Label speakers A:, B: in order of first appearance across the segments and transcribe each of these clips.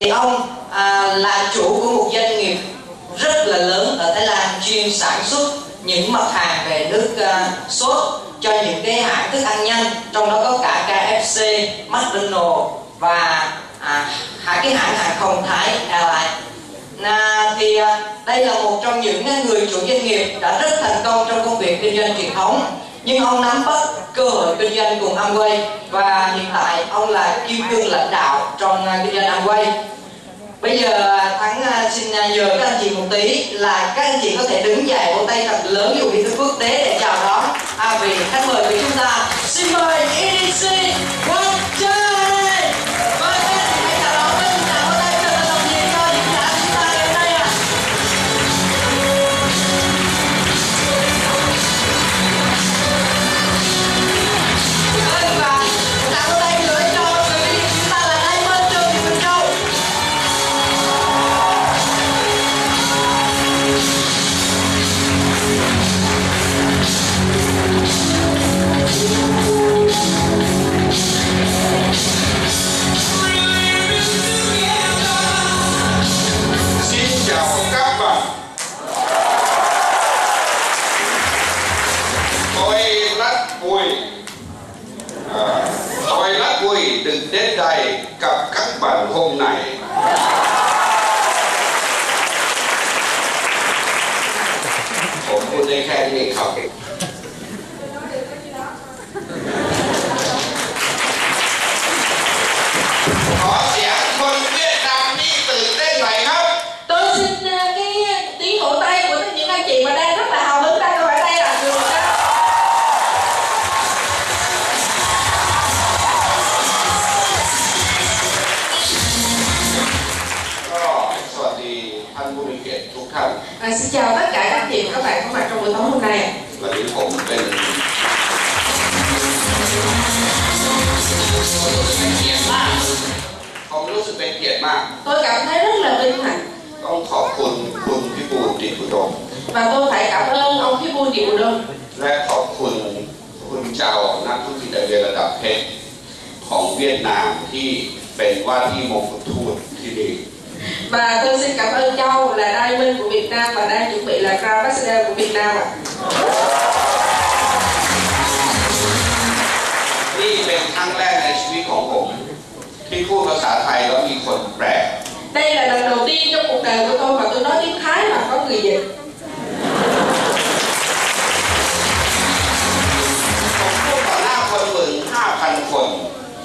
A: thì ông à, là chủ của một doanh nghiệp rất là lớn ở Thái Lan chuyên sản xuất những mặt hàng về nước à, sốt cho những cái hãng thức ăn nhanh trong đó có cả KFC, McDonald's và à, hãng cái hãng hàng không Thái Airlines. À, thì à, đây là một trong những cái người chủ doanh nghiệp đã rất thành công trong công việc kinh doanh truyền thống nhưng ông nắm bắt cơ hội kinh doanh cùng Amway và hiện tại ông là kim cương lãnh đạo trong à, kinh doanh Amway Bây giờ Thắng à, xin à, nhờ các anh chị một tí là các anh chị có thể đứng dậy vỗ tay thật lớn dù vị thức quốc tế để chào đón à, vị khách mời của chúng ta. Xin mời EDC Quang Trai. Mời các anh chị hãy chào đón với những tràng vỗ tay thật là nồng nhiệt cho những giả chúng ta ngày hôm nay ạ. Vâng, và tràng vỗ tay nữa cho người đi chúng ta là Lê Minh Trường Thị Bình Châu.
B: Xin chào các bạn Tôi lát vui à, Tôi lát vui được đến đây gặp các bạn hôm nayผมพูดได้แค่นี้ครับ ขอเสียงคนเวียดนามนี่ตื่นเต้นหน่อยครับ
A: Tôi xin à, cái tiếng vỗ tay của những anh chị mà đang rất là hào hứng đang ngồi ở đây là được đó.
B: Rồi, sọt đi, ăn bún mì kẹt thuốc thẳng.
A: À, xin chào tất cả các anh chị và các bạn có mặt trong buổi tối hôm nay.
B: วันนี้ผมเป็นผมรู้สึกเป็นเกียรติมาก
A: Tôi cảm thấy rất là vinh hạnh
B: ต้องขอบคุณคุณพี่บูลติดอุดม
A: và tôi phải cảm ơn ông Hiếu Bùi Diệu Đông
B: และขอบคุณคุณเจ้านักธุรกิจไอเดียระดับเพชรของเวียดนามที่เป็นว่าที่มงกุฎทูตที่ดี
A: và tôi xin cảm ơn Châu là đai minh của Việt Nam và đang chuẩn bị là Crown Ambassador của Việt Nam ạ.
B: นี่เป็นครั้งแรกในชีวิตของผม ที่พูดภาษาไทยแล้วมีคนแปล
A: Đây là lần đầu tiên trong cuộc đời của tôi mà tôi nói tiếng Thái mà có người dịch.
B: ผมพูดต่อหน้าคนหมื่นห้าพันคน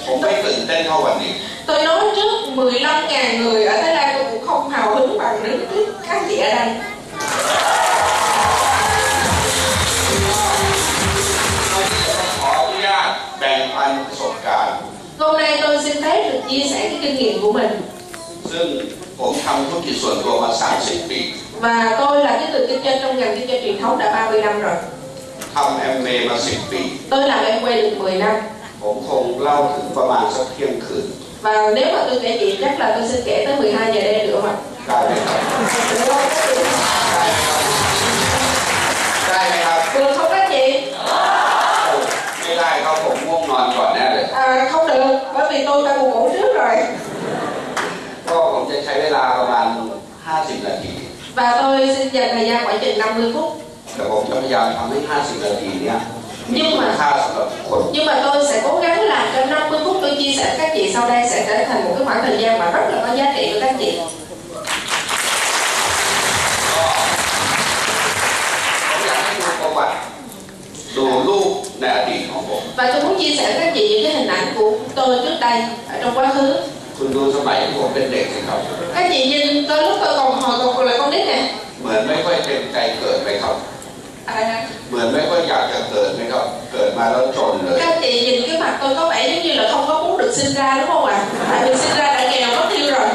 B: ผมไม่ตื่นเต้นเท่าวันนี้
A: Tôi nói trước 15.000 người ở Thái Lan tôi cũng không hào hứng bằng đứng trước các anh chị ở đây.
B: วันนี้ผมขออนุญาตแบ่งปันประสบการณ์
A: Hôm nay tôi xin phép được chia sẻ cái kinh nghiệm của mình
B: ซึ่งผมทำธุรกิจส่วนตัวมา 30 ปี
A: và tôi là cái người kinh doanh trong ngành kinh doanh truyền thống đã 30 năm rồi.
B: ทำแอมเมมา 10 ปี
A: Tôi làm em quay được 10 năm
B: ผมคงเล่าถึงประมาณสักเที่ยงคืน
A: và nếu mà tôi kể chuyện chắc là tôi sẽ kể tới 12 giờ đêm được không ạ?
B: ได้ไหมครับ
A: Được không các chị?
B: ได้ไหมครับ
A: Được không các chị?
B: ไม่ได้ครับผมง่วงนอนก่อนแน่เลย
A: À, không được bởi vì tôi đã buồn ngủ trước rồi
B: ก็ผมจะใช้เวลาประมาณ 50 นาที
A: và tôi xin dành thời gian khoảng chừng 50 phút
B: แต่ผมจะพยายามทำให้ 50 นาทีเนี้ยมี
A: ยิ่ง
B: คุ
A: มา
B: ณค่าสำหรับทุกคน
A: nhưng mà tôi sẽ cố gắng làm cho 50 phút tôi chia sẻ với các chị sau đây sẽ trở thành một cái khoảng thời gian mà rất là có giá trị với các chị
B: ผมอยากให้ดูประวัติดูรูปในอดีตของผม
A: và tôi muốn chia sẻ với các chị những cái hình ảnh của tôi trước đây ở trong quá khứ
B: คุณดูสมัยผมเป็นเด็กสิครับ
A: các chị nhìn tôi lúc tôi còn hồi còn là con nít nè
B: เหมือนไม่ค่อยเต็มใจเกิดไหมครับ
A: à,
B: เหมือนไม่ค่อยอยากจะเกิดไหมครับ เกิดมาแล้วจนเลย
A: các chị nhìn cái mặt tôi có vẻ giống như là không có muốn được sinh ra đúng không ạ tại vì sinh ra đã nghèo mất tiêu rồi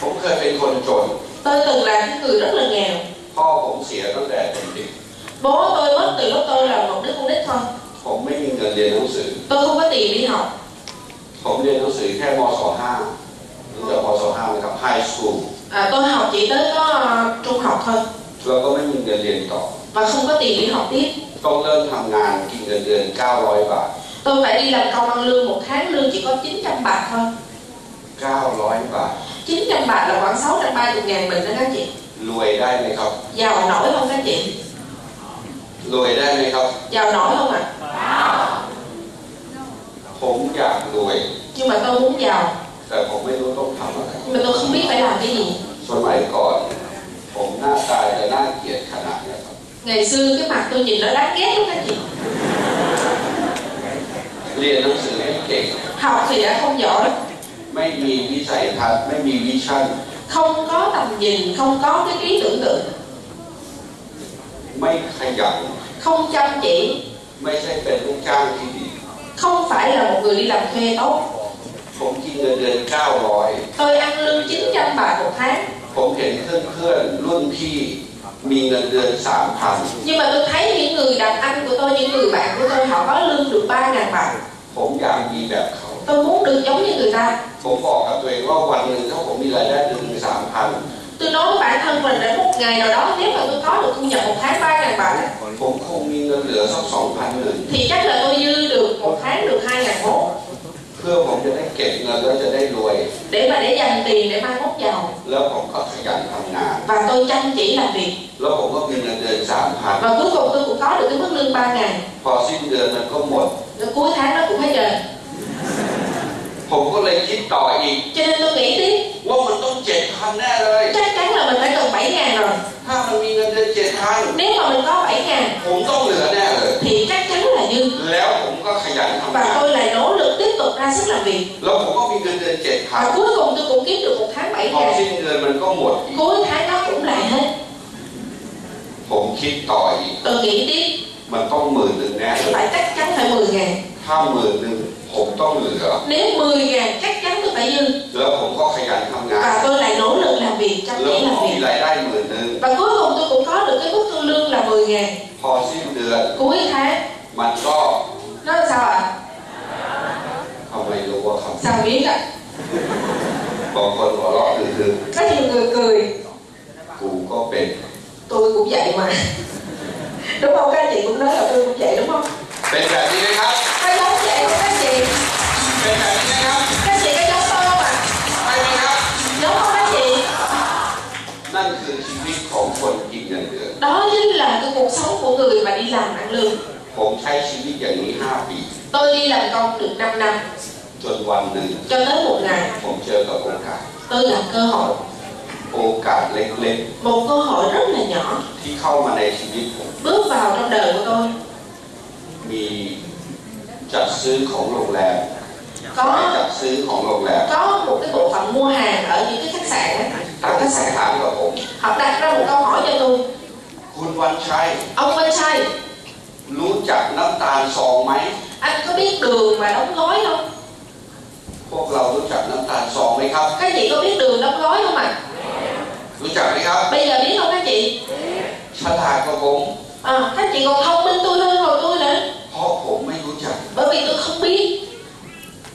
B: ผมเคยเป็นคนจน
A: tôi từng là cái người rất là nghèo
B: พ่อผมเสียตั้งแต่เป็นเด็ก
A: bố tôi mất từ lúc tôi là một đứa con nít thôi
B: ผมไม่มีเงินเรียนหนังสือ
A: tôi không có tiền đi học
B: ผมเรียนหนังสือแค่มศ5รู้จักมศ5ไหมครับไฮสคูล
A: à, tôi học chỉ tới có ờ, trung học thôi
B: แล้วก็ไม่มีเงินเรียนต่อ
A: và không có tiền đi học tiếp
B: ต้องเริ่มทำงานกินเงินเดือน 900 บาท
A: tôi phải đi làm công ăn lương một tháng lương chỉ có 900 bạc thôi
B: 900 บาท
C: 900 bạc là khoảng 630 ngàn bình đó các chị
B: รวยได้ไหมครับ
C: Giàu nổi không các chị?
B: รวยได้ไหมครับ
C: Giàu nổi không ạ?
B: ผมอยากรวย
C: Nhưng mà tôi muốn giàu
B: แต่ผมไม่รู้ต้องทำอะไร
C: Nhưng mà tôi không biết phải làm cái gì
B: สมัยก่อน ผมหน้าตายจะน่าเกลียดขนาดเนี้ยครับ
C: Ngày xưa cái mặt tôi nhìn nó đáng ghét lắm các chị
B: เรียนหนังสือไม่เก่ง
C: Học thì đã không giỏi
B: ไม่มีวิสัยทัศน์ไม่มีวิชั่น
C: Không có tầm nhìn, không có cái trí tưởng tượng
B: ไม่ขยัน
C: Không chăm chỉ
B: ไม่ใช่เป็นลูกจ้างที่ดี
C: Không phải là một người đi làm thuê tốt
B: ผมกินเงินเดือน
C: Tôi ăn lương 900 bạc một tháng
B: 900 ผมเห็นเพื่อนเพื่อนๆรุ่นพี่มีเงินเดือน
C: Nhưng mà tôi thấy những người đàn anh của tôi, những người bạn của tôi Họ có lương được 3.000 bạc
B: 3,000 ผมอยากมีแบบเขา
C: Tôi muốn được giống như người ta
B: ผมบอกกับตัวเองว่าวันหนึ่งถ้าผมมีรายได้เดือนหนึ่ง
C: Tôi nói với bản thân mình là một ngày nào đó Nếu mà tôi có được thu nhập một tháng 3.000 bạc á,
B: 3,000 ผมคงมีเงินเหลือสัก2,000หนึ่ง
C: Thì chắc là tôi dư được một tháng được 2.000 mốt
B: เพื่อผมจะได้เก็บเงินแล้วจะได้รวย
C: Để mà để dành tiền để mai mốt giàu
B: แล้วผมก็ขยันทำงาน
C: Và tôi chăm chỉ làm việc
B: แล้วผมก็มีเงินเดือน
C: Và cuối cùng tôi cũng có được cái mức lương 3.000
B: 3,000พอสิ้นเดือนมันก็หมด
C: Rồi cuối tháng nó cũng hết rồi
B: ผมก็เลยคิดต่ออีก
C: Cho nên tôi nghĩ tiếp
B: ว่ามันต้อง7,000แน่เลย
C: Chắc chắn là mình phải cần 7.000 rồi
B: ถ้ามันมีเงินเดือน7,000
C: Nếu mà mình có 7.000
B: ผมต้องเหลือแน่เลย
C: Thì chắc chắn là dư
B: แล้วผมก็ขยันทำงา
C: Và
B: น
C: tôi lại nỗ lực tiếp tục ra sức làm việc
B: แล้วผมก็มีเงินเดือนเจ็ดพัน
C: Và cuối cùng tôi cũng kiếm được một tháng
B: พอ
C: 7.000
B: สิ้นเดือนมันก็หมดอีก
C: Cuối tháng nó cũng lại hết
B: ผมคิดต่ออีก
C: Tôi nghĩ tiếp
B: มันต้องหมื่นหนึ่งแน่เลย
C: Phải chắc chắn phải 10.000
B: ถ้าหมื่นหนึ่งผมต้องเหลือ
C: Nếu 10 ngàn chắc chắn tôi phải dư
B: แล้วผมก็ขยันทำงาน
C: Và tôi lại nỗ lực làm việc, chăm
B: แล้ว
C: chỉ
B: ผม
C: làm
B: มี
C: việc
B: รายได้หมื่นหนึ่ง
C: Và cuối cùng tôi cũng có được cái mức thu lương là 10 ngàn
B: พอสิ้นเดือน
C: Cuối tháng
B: มันก็
C: Nó làm sao ạ?
B: ทำไมรู้ว่าครับ
C: Sao biết ạ?
B: บางคนหัวเราะคือ
C: Có nhiều người cười
B: กูก็เป็น
C: Tôi cũng vậy mà Đúng không? Các anh chị cũng nói là tôi cũng vậy đúng không?
B: เป็นแบบนี้ไหมครับ
C: Có giống vậy không các anh chị?
B: เป็นแบบนี้ไหมครับ
C: Các anh chị có giống tôi không ạ?
B: ไปไหมครับ
C: Giống không các anh chị?
B: นั่นคือชีวิตของคนกินเงินเดือน
C: Đó chính là cái cuộc sống của người mà đi làm ăn lương
B: ผมใช้ชีวิตอย่างนี้ห้าปี
C: Tôi đi làm công được 5 năm
B: จนวันหนึ่ง
C: Cho tới một ngày
B: ผมเจอกับโอกาส
C: tôi gặp cơ hội
B: โอกาสเล็ก
C: Một cơ hội rất là nhỏ
B: ๆ ที่เข้ามาในชีวิตผม
C: bước vào trong đời của tôi
B: มีจัดซื้อของโรงแรมสาย
C: có
B: จัดซื้อของโรงแรม
C: có một cái bộ phận mua hàng ở những cái khách sạn á,
B: ตั้ง
C: ở khách
B: คำ
C: sạn
B: ถามกับผม
C: họ đặt ra một câu hỏi cho tôi
B: คุณวันชัย
C: ông Văn Sai
B: รู้จักน้ำตาลซองไหม
C: anh có biết đường mà đóng gói không
B: พวกเรารู้จักน้ำตาลซองไหมครับ
C: các chị có biết đường đóng gói không ạ
B: รู้จักไหมครับ
C: bây giờ biết không các chị
B: ฉลาดกว่าผม
C: à, các chị còn thông minh tôi hơn hồi tôi nữa
B: เพราะผมไม่รู้จัก
C: bởi vì tôi không biết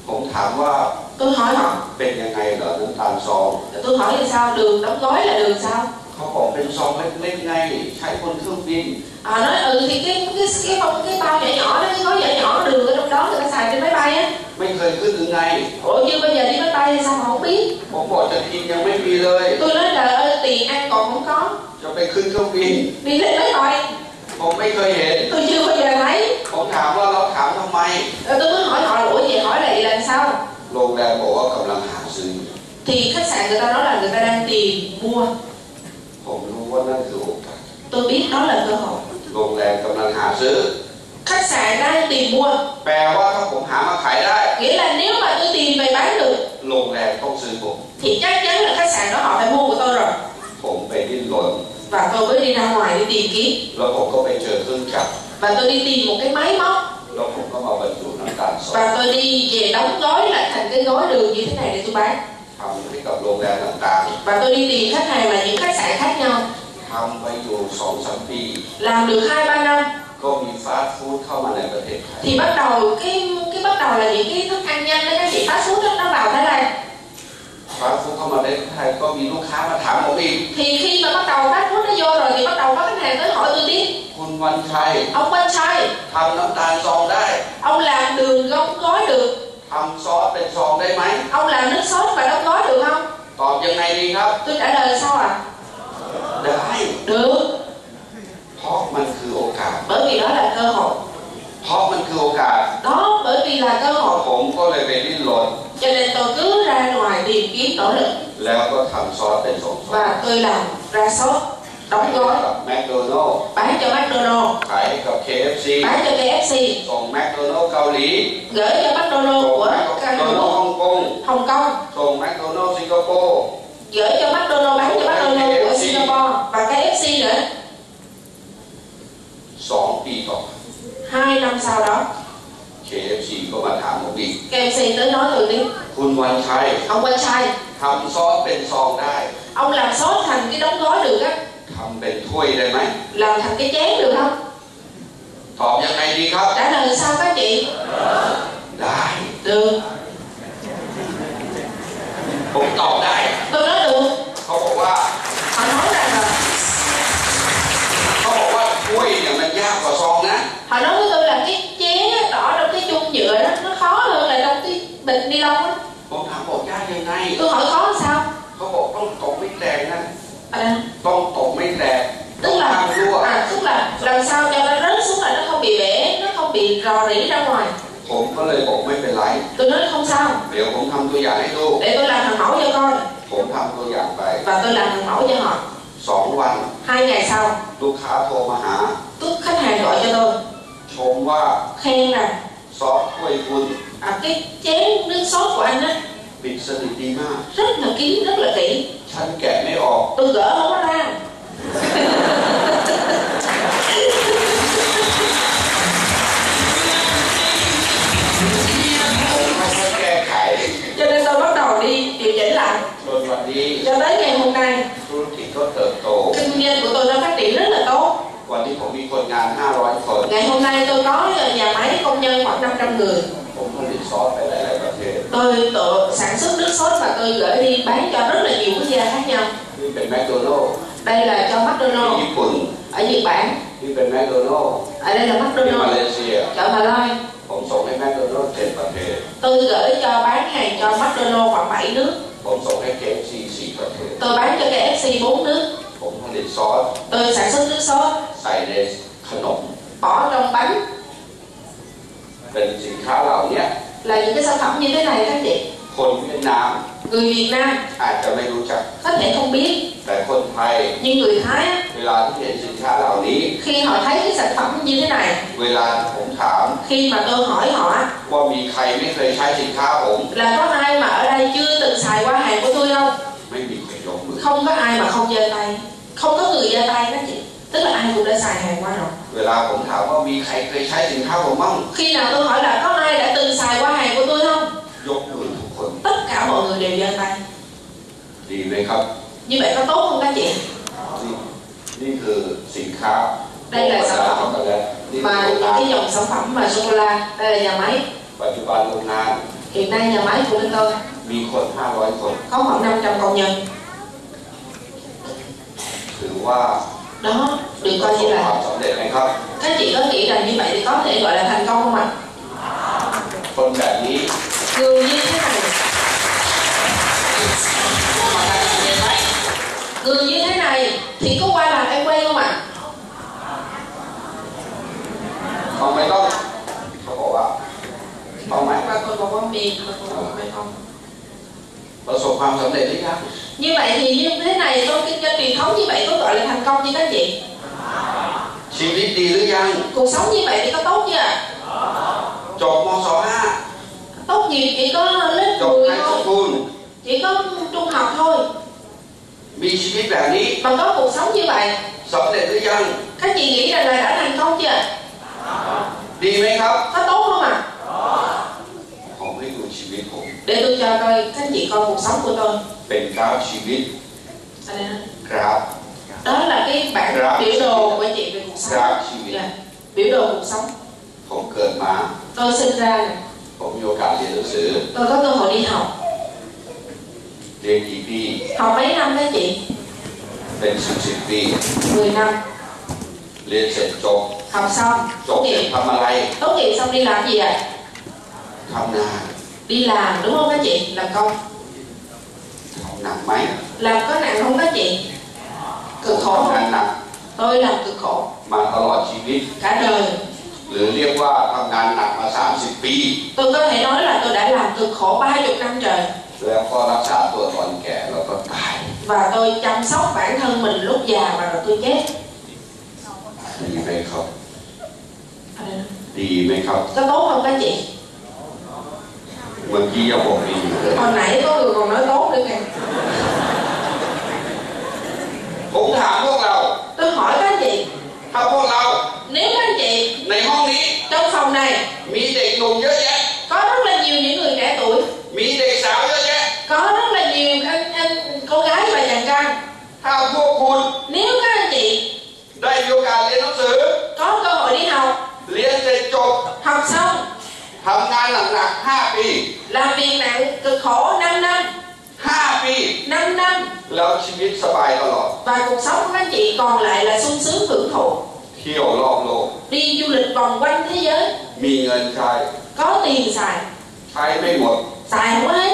B: ผมถามว่า
C: tôi hỏi họ
B: เป็นยังไงเหรอน้ำตาลซอง
C: tôi hỏi là sao đường đóng gói là đường sao
B: เขาบอกเป็นซองเล็กๆไงใช้บนเครื่องบิน
C: à, nói ừ thì cái cái cái bông cái bao nhỏ nhỏ đó cái gói nhỏ nhỏ đường ở trong đó người ta xài trên máy bay á
B: ไม่เคยขึ้นหรือไง
C: ủa chứ bây giờ đi máy bay thì sao mà không biết
B: ผมบอกจะกินยังไม่มีเลย
C: tôi nói là "Ơ, tiền ăn còn không có
B: จะไปขึ้นเครื่องบิน
C: đi lên lấy rồi
B: ผมไม่เคยเห็น
C: tôi chưa bao giờ thấy
B: ผมถามว่าเราถามทำไม
C: rồi tôi mới hỏi họ là ủa vậy hỏi lại làm sao
B: โรงแรมบอกว่ากำลังหาซื้อ
C: thì khách sạn người ta nói là người ta đang tìm mua
B: ผมรู้ว่านั่นคือโอกาส
C: tôi biết đó là cơ hội
B: โรงแรมกำลังหาซื้อ
C: khách sạn đang tìm mua
B: แปลว่าถ้าผมหามาขายได้
C: nghĩa là nếu mà tôi tìm về bán được
B: โรงแรมต้องซื้อผม
C: thì chắc chắn là khách sạn đó họ phải mua của tôi rồi
B: ผมไปดิ้นรน
C: và tôi mới đi ra ngoài đi tìm kiếm
B: แล้วผมก็ไปเจอเครื่องจักร
C: và tôi đi tìm một cái máy móc
B: แล้วผมก็มาบรรจุน้ำตาลสด
C: và tôi đi về đóng gói lại thành cái gói đường như thế này để tôi bán
B: ทำให้กับโรงแรมต่าง
C: và tôi đi tìm khách hàng là những khách sạn khác nhau
B: ๆทำไปอยู่สองสามปี
C: làm được hai ba năm
B: ก็มีฟาสต์ฟู้ดเข้ามาในประเทศไทย
C: thì bắt đầu cái cái bắt đầu là những cái thức ăn nhanh đó các chị fast food đó, nó vào Thái Lan
B: ฟาสต์ฟู้ดเข้ามาในประเทศไทยก็มีลูกค้ามาถามผมอีก
C: thì khi mà bắt đầu fast food nó vô rồi thì bắt đầu có khách hàng tới hỏi tôi biết
B: คุณวันชัย
C: ông Quang Sai
B: ทำน้ำตาลซองได้
C: ông làm đường gói gói được
B: ท ทำซอสเป็นซองได้ไหม
C: Ông làm nước sốt và đóng gói được không?
B: ตอบยังไงดีครับ
C: Tôi trả lời là sao ạ?
B: ได้
C: Được,
B: เพราะมันคือโอกาส
C: bởi vì đó là cơ hội
B: เพราะมันคือโอกาส
C: Đó bởi vì là cơ
B: เพราะ
C: hội
B: ผมก็เลยไปดิ้นรน
C: Cho nên tôi cứ ra ngoài tìm kiếm nỗ lực
B: แล้วก็ทำซอสเป็นซอง
C: Và tôi làm ra sốt,
B: ขายให้
C: đóng gói
B: กับแมคโดนัลล์
C: Bán cho McDonald's,
B: ขายให้กับ KFC
C: bán cho KFC
B: ส่งแมคโดนัลล์เกาหลี
C: Gửi cho
B: ส่ง
C: McDonald's
B: แมค
C: của
B: โดนัลล์
C: Canada,
B: ฮ่องกง
C: Hồng Kông
B: ส่งแมคโดนัลล์สิงคโปร์
C: Gửi cho McDonald's, bán cho McDonald's của Singapore Và KFC nữa
B: สองปีต่อ
C: Hai năm sau đó,
B: KFC ก็มาถามผมอีก
C: KFC tới nói tôi đi
B: คุณวันชัย
C: Ông quay sai
B: ทำซอสเป็นซองได้
C: Ông làm sốt thành cái đóng gói được á
B: ทำเป็นถ้วยได้ไหม
C: Làm thành cái chén được không?
B: ตอบยังไงดีครับ
C: Trả lời sao các chị?
B: ได้
C: Được
B: ผมตอบได้
C: Tôi nói được
B: เขาบอกว่า
C: Họ nói rằng là
B: เขาบอกว่าถ้วยเนี่ยมันยากกว่าซองนะ
C: Họ nói với tôi là cái chén á, đỏ trong cái chung nhựa đó Nó khó hơn là trong cái bịch ni lông á
B: ผมถามบอกยากยังไง
C: Tôi hỏi khó làm sao?
B: เขาบอกต้องตกไม่แตกนะ
C: À,
B: ต้องตกไม่แตกต้อ
C: tức
B: ง
C: là
B: ทำรั่ว
C: à, tức là làm sao cho nó rớt xuống là nó không bị bể nó không bị rò rỉ ra ngoài
B: ผมก็เลยบอกไม่เป็นไร
C: tôi nói không sao
B: เดี๋ยวผมทำตัวอย่างให้ดู
C: để tôi làm hàng mẫu cho con
B: ผมทำตัวอย่างไป
C: và tôi làm hàng mẫu cho họ
B: สองวัน
C: hai ngày sau
B: ลูกค้าโทรมาหา
C: tức khách hàng gọi cho tôi
B: ชมว่า
C: khen rằng
B: ซอสถ้วยคุณ
C: à, cái chén nước sốt của anh á
B: ปิดสนิทดีมาก
C: rất là kín rất là kỹ
B: ฉันแกะไม่ออก
C: tôi gỡ không có ra
B: ผมไม่ได้แก้ไข
C: cho nên tôi bắt đầu đi điều chỉnh lại
B: จนวันนี้
C: cho tới ngày hôm nay
B: ธุรกิจก็เติบโต
C: kinh doanh của tôi nó phát triển rất là tốt
B: วันนี้ผมมีคนงาน 500 คน
C: ngày hôm nay tôi có ờ, nhà máy công nhân khoảng 500 người
B: ผมผลิตซอสไปหลาย ๆ ประเทศ
C: tôi tự sản xuất nước sốt và tôi gửi đi bán cho rất là nhiều quốc gia khác nhau
B: นี่เป็นแมคโดนัลล์
C: đây là cho
B: ที่
C: McDonald
B: ญี่ปุ่น
C: ở Nhật Bản
B: นี่เป็นแมคโดนัลล์
C: ở đây là
B: ที่มา
C: McDonald
B: เลเซีย
C: chợ Hà Loi
B: ผมส่งให้แมคโดนัลล์เจ็ดประเทศ
C: tôi gửi cho bán hàng cho McDonald khoảng 7 nước
B: ผมส่งให้ KFC สี่ประเทศ
C: tôi bán cho KFC 4 nước
B: ผมผลิตซอส
C: tôi sản xuất nước sốt
B: ใส่ในขนม
C: bỏ trong bánh
B: เป็นสินค้าเหล่าเนี้ย
C: là những cái sản phẩm như thế này các chị
B: คนเวียดนาม
C: người Việt Nam
B: อาจจะไม่รู้จัก
C: có thể không biết
B: แต่คนไทย
C: nhưng người Thái á,
B: เวลาที่เห็นสินค้าเหล่านี้
C: khi họ thấy cái sản phẩm như thế này
B: เวลาผมถาม
C: khi mà tôi hỏi họ
B: ว่ามีใครไม่เคยใช้สินค้าผม
C: là có ai mà ở đây chưa từng xài qua hàng của tôi không
B: ไม่มีใครยกมือ
C: không có ai mà không giơ tay không có người giơ tay đó chị tức là ai cũng đã xài hàng qua rồi
B: เวลาผมถามว่ามีใครเคยใช้สินค้าผมบ้าง
C: khi nào tôi hỏi là có ai đã từng xài qua hàng của tôi không
B: ยกมือทุกคน
C: tất cả mọi người đều giơ tay
B: ดีไหมครับ
C: như vậy có tốt không các chị
B: นี่นี่คือสินค้า
C: ได้เลยสำหรับ
B: โรงงานช็อกโกแลตนี่คือ
C: mà
B: โรงงาน
C: những cái dòng sản phẩm mà sô cô la đây là nhà máy
B: ปัจจุบันโรงงาน
C: hiện nay nhà máy của bên tôi
B: มีคน 500 คน
C: có khoảng 500 công nhân
B: ถือว่า
C: đó
B: ประ
C: được
B: ส
C: coi
B: บ
C: như
B: ควา
C: là
B: มสำเร็จไหมครับ
C: các chị có nghĩ rằng như vậy thì có thể gọi là thành công không ạ
B: คนแบบนี้
C: người như thế này người như thế này thì có qua làm em quay không ạ
B: ต้องไม่ต้องเขาบอกว่าต้องไหม
C: và còn một con mì mà còn một con không
B: ประสบความสำเร็จหรือยัง
C: như vậy thì như thế này tôi kinh doanh truyền thống như vậy có gọi là thành công như các chị
B: ชีวิตดีหรือยัง
C: cuộc sống như vậy thì có tốt chưa ạ?
B: จบมศ
C: tốt nghiệp chỉ có lớp
B: 5จบ
C: 10
B: ไฮส
C: thôi
B: คูล
C: chỉ có trung học thôi
B: มีชีวิตแบบนี้
C: mà có cuộc sống như vậy
B: สำเร็จหรือยัง
C: các chị nghĩ rằng là đã thành công chưa ạ?
B: ดีไหมครับ
C: có tốt không ạ
B: ผมให้ดูชีวิตผม
C: để tôi cho coi các chị coi cuộc sống của tôi
B: เป็นกราฟชีวิต
C: Ở đây nè.
B: กราฟ
C: đó là cái
B: Dạ.
C: bản biểu đồ của chị về cuộc
B: กรา
C: sống
B: ฟชีวิต
C: Dạ. biểu đồ cuộc sống
B: ผมเกิดมา
C: tôi sinh ra nè,
B: ผมมีโอกาสเรียนหนังสือ
C: tôi có cơ hội đi học
B: เรียนกี่ปี
C: học mấy năm các chị
B: เป็นสิบสิบปี
C: 10 năm
B: เรียนเสร็จจบ
C: học xong
B: จบ
C: tốt
B: เสร็จ
C: nghiệp
B: ทำอะไร
C: tốt nghiệp xong đi làm gì ạ
B: ทำนา
C: à? đi làm đúng không các chị làm công
B: ถามหนักไหม
C: làm có nặng không các chị
B: ก็ขอทำงานหนัก
C: tôi làm cực khổ
B: มาตลอดชีวิต
C: cả đời
B: หรือเรียกว่าทำงานหนักมา 30 ปี
C: tôi có thể nói là tôi đã làm cực khổ 30 năm trời
B: แล้วก็รักษาตัวตอนแก่แล้วก็ตาย
C: và tôi chăm sóc bản thân mình lúc già và rồi tôi chết
B: ดีไหมครับ
C: À, đây nè.
B: ดีไหมครับ
C: có tốt không các chị
B: เมื่อกี้ยังบอกดีอยู่เลย
C: hồi nãy có người còn nói tốt nữa kìa
B: ผมถามพวกเรา
C: tôi hỏi các chị
B: ถ้าพวกเรา
C: nếu các chị
B: ในห้องนี้
C: trong phòng này
B: มีเด็กหนุ่มเยอะแยะ
C: có rất là nhiều những người trẻ tuổi
B: มีเด็กสาวเยอะแยะ
C: có rất là nhiều anh anh cô gái và chàng trai
B: ถ้าพวกคุณ
C: nếu các anh chị
B: ได้มีโอกาสเรียนหนังสือ
C: có cơ hội đi học
B: เรียนเสร็จจบ
C: học xong
B: ทำงานหนักๆ5ปี
C: làm việc nặng cực khổ 5 năm
B: 5 ปี
C: 5 năm
B: แล้วชีวิตสบายตลอด
C: và cuộc sống của các anh chị còn lại là sung sướng hưởng thụ
B: เที่ยวรอบโลก
C: đi du lịch vòng quanh thế giới
B: มีเงินใช้
C: có tiền xài
B: ใช้ไม่หมด
C: xài không có hết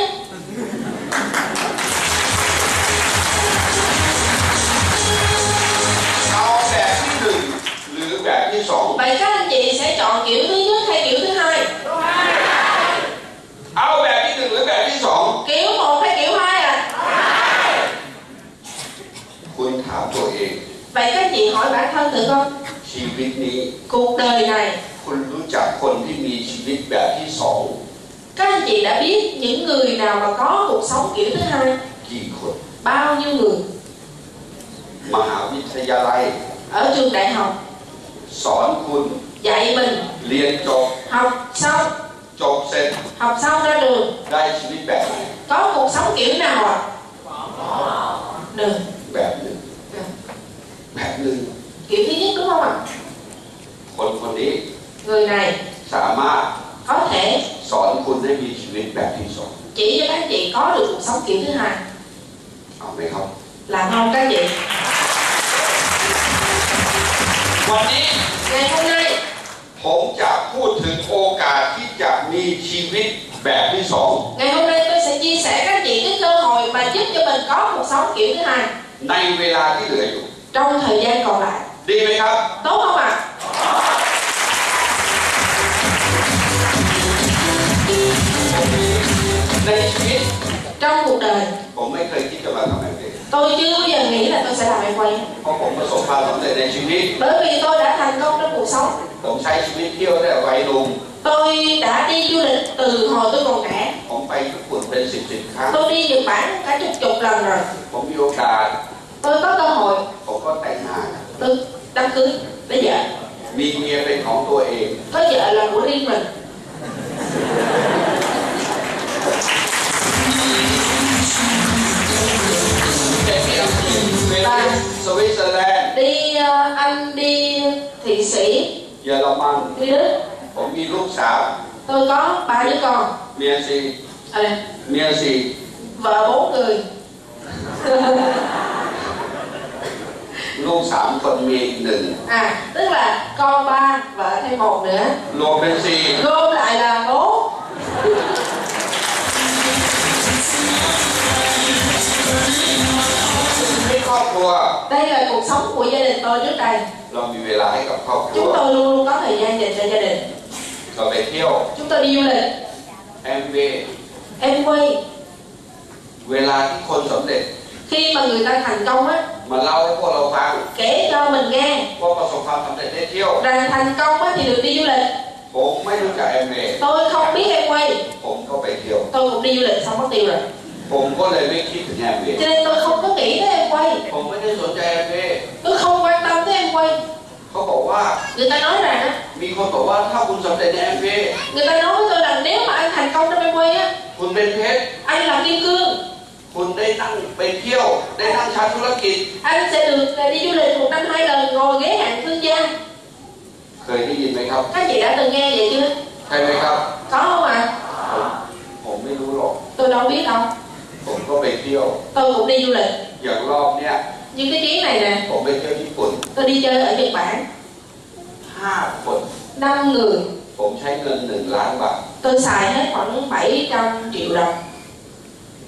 B: เอาแบบที่หนึ่งหรือแบบที่สอง
C: vậy các anh chị sẽ chọn kiểu thứ nhất hay kiểu thứ hai
B: เอาแบบที่หนึ่งหรือแบบที่สอง
C: kiểu một hay kiểu hai à
B: คุณถามตัวเอง
C: vậy các anh chị hỏi bản thân thử coi
B: ชีวิตนี้
C: cuộc đời này
B: คุณรู้จักคนที่มีชีวิตแบบที่สอง
C: các anh chị đã biết những người nào mà có cuộc sống kiểu thứ hai
B: กี่คน
C: bao nhiêu người
B: มหาวิทยาลัย
C: ở trường đại học
B: สอนคุณ
C: dạy mình
B: เรียนจบ
C: học xong
B: จบเสร็จ
C: học xong ra đường
B: ได้ชีวิตแบบไหน
C: có cuộc sống kiểu nào ạ đường
B: แบบหนึ่ง แบบหนึ่ง
C: kiểu thứ nhất đúng không ạ
B: คนคนนี้
C: người này
B: สามารถ
C: có thể
B: สอนคุณให้มีชีวิตแบบที่สอง
C: chỉ cho các anh chị có được cuộc sống kiểu thứ hai
B: เอาไหมครับ
C: là ngon các anh chị
B: วันนี้
C: ngày hôm nay
B: ผมจะพูดถึงโอกาสที่จะมีชีวิตแบบที่สอง
C: ngày hôm nay tôi sẽ chia sẻ các anh chị cái cơ hội mà giúp cho mình có cuộc sống kiểu thứ hai
B: ในเวลาที่เหลืออยู่
C: trong thời gian còn lại
B: ดีไหมครับ
C: tốt không ạ
B: ในชีวิต
C: trong cuộc đời
B: ผมไม่เคยคิดจะมาทำแบบนี้
C: tôi chưa bao giờ nghĩ là tôi sẽ làm em quay
B: เพราะผมประสบความสำเร็จในชีวิต
C: bởi vì tôi đã thành công trong cuộc sống
B: ผมใช้ชีวิตเที่ยวได้ไวยหนุ่ม
C: tôi đã đi du lịch từ hồi tôi còn trẻ
B: ผมไปญี่ปุ่นเป็นสิบสิบครั้ง
C: tôi đi nhật bản cả chục chục lần rồi
B: ผมมีโอกาส
C: tôi có cơ hội
B: ผมก็แต่งงาน
C: tôi đám cưới lấy vợ
B: มีเมียเป็นของตัวเอง
C: có vợ là của riêng mình
B: แต่เมียเป็นสวิตเซอร์แลนด์
C: đi ờ, anh đi thị sĩ
B: เยอรมัน
C: đi đức
B: ผมมีลูกสาว
C: tôi có ba đứa con
B: เมียสี่
C: à, đây,
B: เมียสี่
C: vợ bốn người
B: ลูกสามคนมีอีกหนึ่ง
C: à tức là con ba vợ thêm một nữa
B: รวมเป็นสี่
C: gom lại là bốn
B: ที่ครอบครัว
C: đây là cuộc sống của gia đình tôi trước đây
B: เรามีเวลาให้กับครอบครัว
C: chúng tôi luôn luôn có thời gian dành cho gia đình
B: เราไปเที่ยว
C: chúng tôi đi du lịch
B: แอมเว
C: em quay
B: เวลาที่คนสำเร็จ
C: khi mà người ta thành công á
B: มาเล่าให้พวกเราฟัง
C: kể cho mình nghe
B: ว่าประสบความสำเร็จได้เที่ยว
C: rằng thành công á thì được đi du lịch
B: ผมไม่รู้จักแอมเว
C: tôi không biết em quay
B: ผมก็ไปเที่ยว
C: tôi cũng đi du lịch xong mất tiêu rồi
B: ผมก็เลยไม่คิดถึงแอมเว
C: cho nên tôi không có nghĩ tới em quay
B: ผมไม่ได้สนใจแอมเว
C: tôi không quan tâm tới em quay
B: เขาบอกว่า
C: người ta nói rằng á
B: มีคนบอกว่าถ้าคุณสำเร็จในแอมเว
C: người ta nói với tôi là nếu mà anh thành công trong em quay á
B: คุณเป็นเพชร
C: anh là kim cương
B: คุณได้นั่งไปเที่ยว ได้นั่งชั้นธุรกิจ
C: anh sẽ được là đi du lịch một năm hai lần ngồi ghế hạng thương gia
B: เคยได้ยินไหมครับ
C: các chị đã từng nghe vậy chưa
B: ใช่ไหมครับ
C: có không ạ
B: ผมผมไม่รู้หรอก
C: tôi đâu biết đâu
B: ผมก็ไปเที่ยว
C: tôi cũng đi du lịch
B: อย่างรอบเนี้ย
C: nhưng cái chuyến này nè
B: ผมไปเที่ยวญี่ปุ่น
C: tôi đi chơi ở nhật bản
B: 5 คน
C: năm người
B: ผมใช้เงิน 1 ล้านบาท
C: tôi xài hết khoảng 700 triệu đồng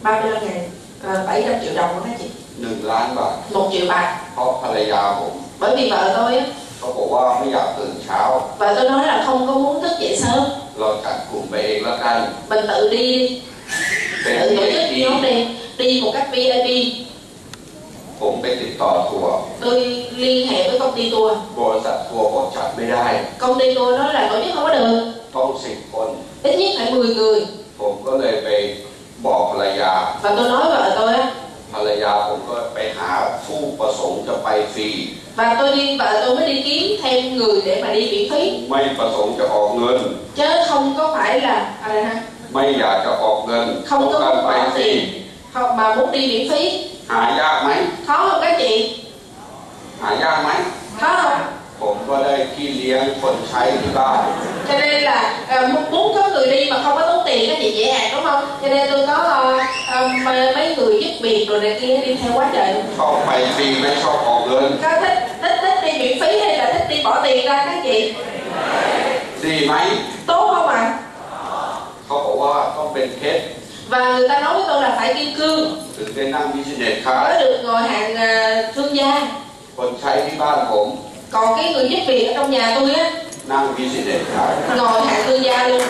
C: 35 ngàn ờ, 700 triệu đồng của nó chị
B: หนึ่งล้านบาท
C: một triệu bạc
B: เพราะภรรยาผม
C: bởi vì vợ tôi á,
B: เขาบอกว่าไม่อยากตื่นเช้า
C: vợ tôi nói là không có muốn thức dậy sớm
B: เราจัดกลุ่มไปเองแล้วกัน
C: mình tự đi
B: เป็น
C: tự tổ chức
B: VIP
C: nhóm đi đi một cách VIP
B: ผมไปติดต่อทัวร์
C: tôi liên hệ với công ty tour
B: บริษัททัวร์ก็จัดไม่ได้
C: công ty tour nói là tổ chức không có được
B: ต้องสิบคน
C: ít nhất phải 10 người
B: ผมก็เลยไปบอกภรรยา
C: và tôi nói vợ tôi á,
B: ภรรยาผมก็ไปหาผู้ประสงค์จะไปฟรี
C: và tôi đi vợ tôi mới đi kiếm thêm người để mà đi miễn phí
B: ไม่ประสงค์จะออกเงิน
C: chứ không có phải là à, ha,
B: ไม่อยากจะออกเงิน
C: เขาก็
B: ต้อง
C: บอก
B: การไปฟรี
C: สิ không mà muốn đi miễn phí
B: หายากไหม
C: khó không các chị
B: หายากไหม
C: khó không
B: ผมก็ได้ที่เลี้ยงคนใช้ที่บ้าน
C: cho nên là à, muốn- muốn có người đi mà không có tốn tiền các chị dễ hàng đúng không cho nên tôi có à, à, mấy mấy người giúp việc rồi này kia đi theo quá trời
B: ชอบไปฟรีไม่ชอบออกเงิน
C: có thích thích thích đi miễn phí hay là thích đi bỏ tiền ra các chị
B: ดีไหม
C: tốt không ạ
B: เขาบอกว่าต้องเป็นเพชร
C: và người ta nói với tôi là phải kim cương
B: ถึงได้นั่งบิสเนสคลาส
C: mới được ngồi hàng à, thương gia
B: คนใช้ที่บ้านผม
C: còn cái người giúp việc ở trong nhà tôi á
B: นั่งบิสเนสคลาส
C: ngồi hàng thương gia luôn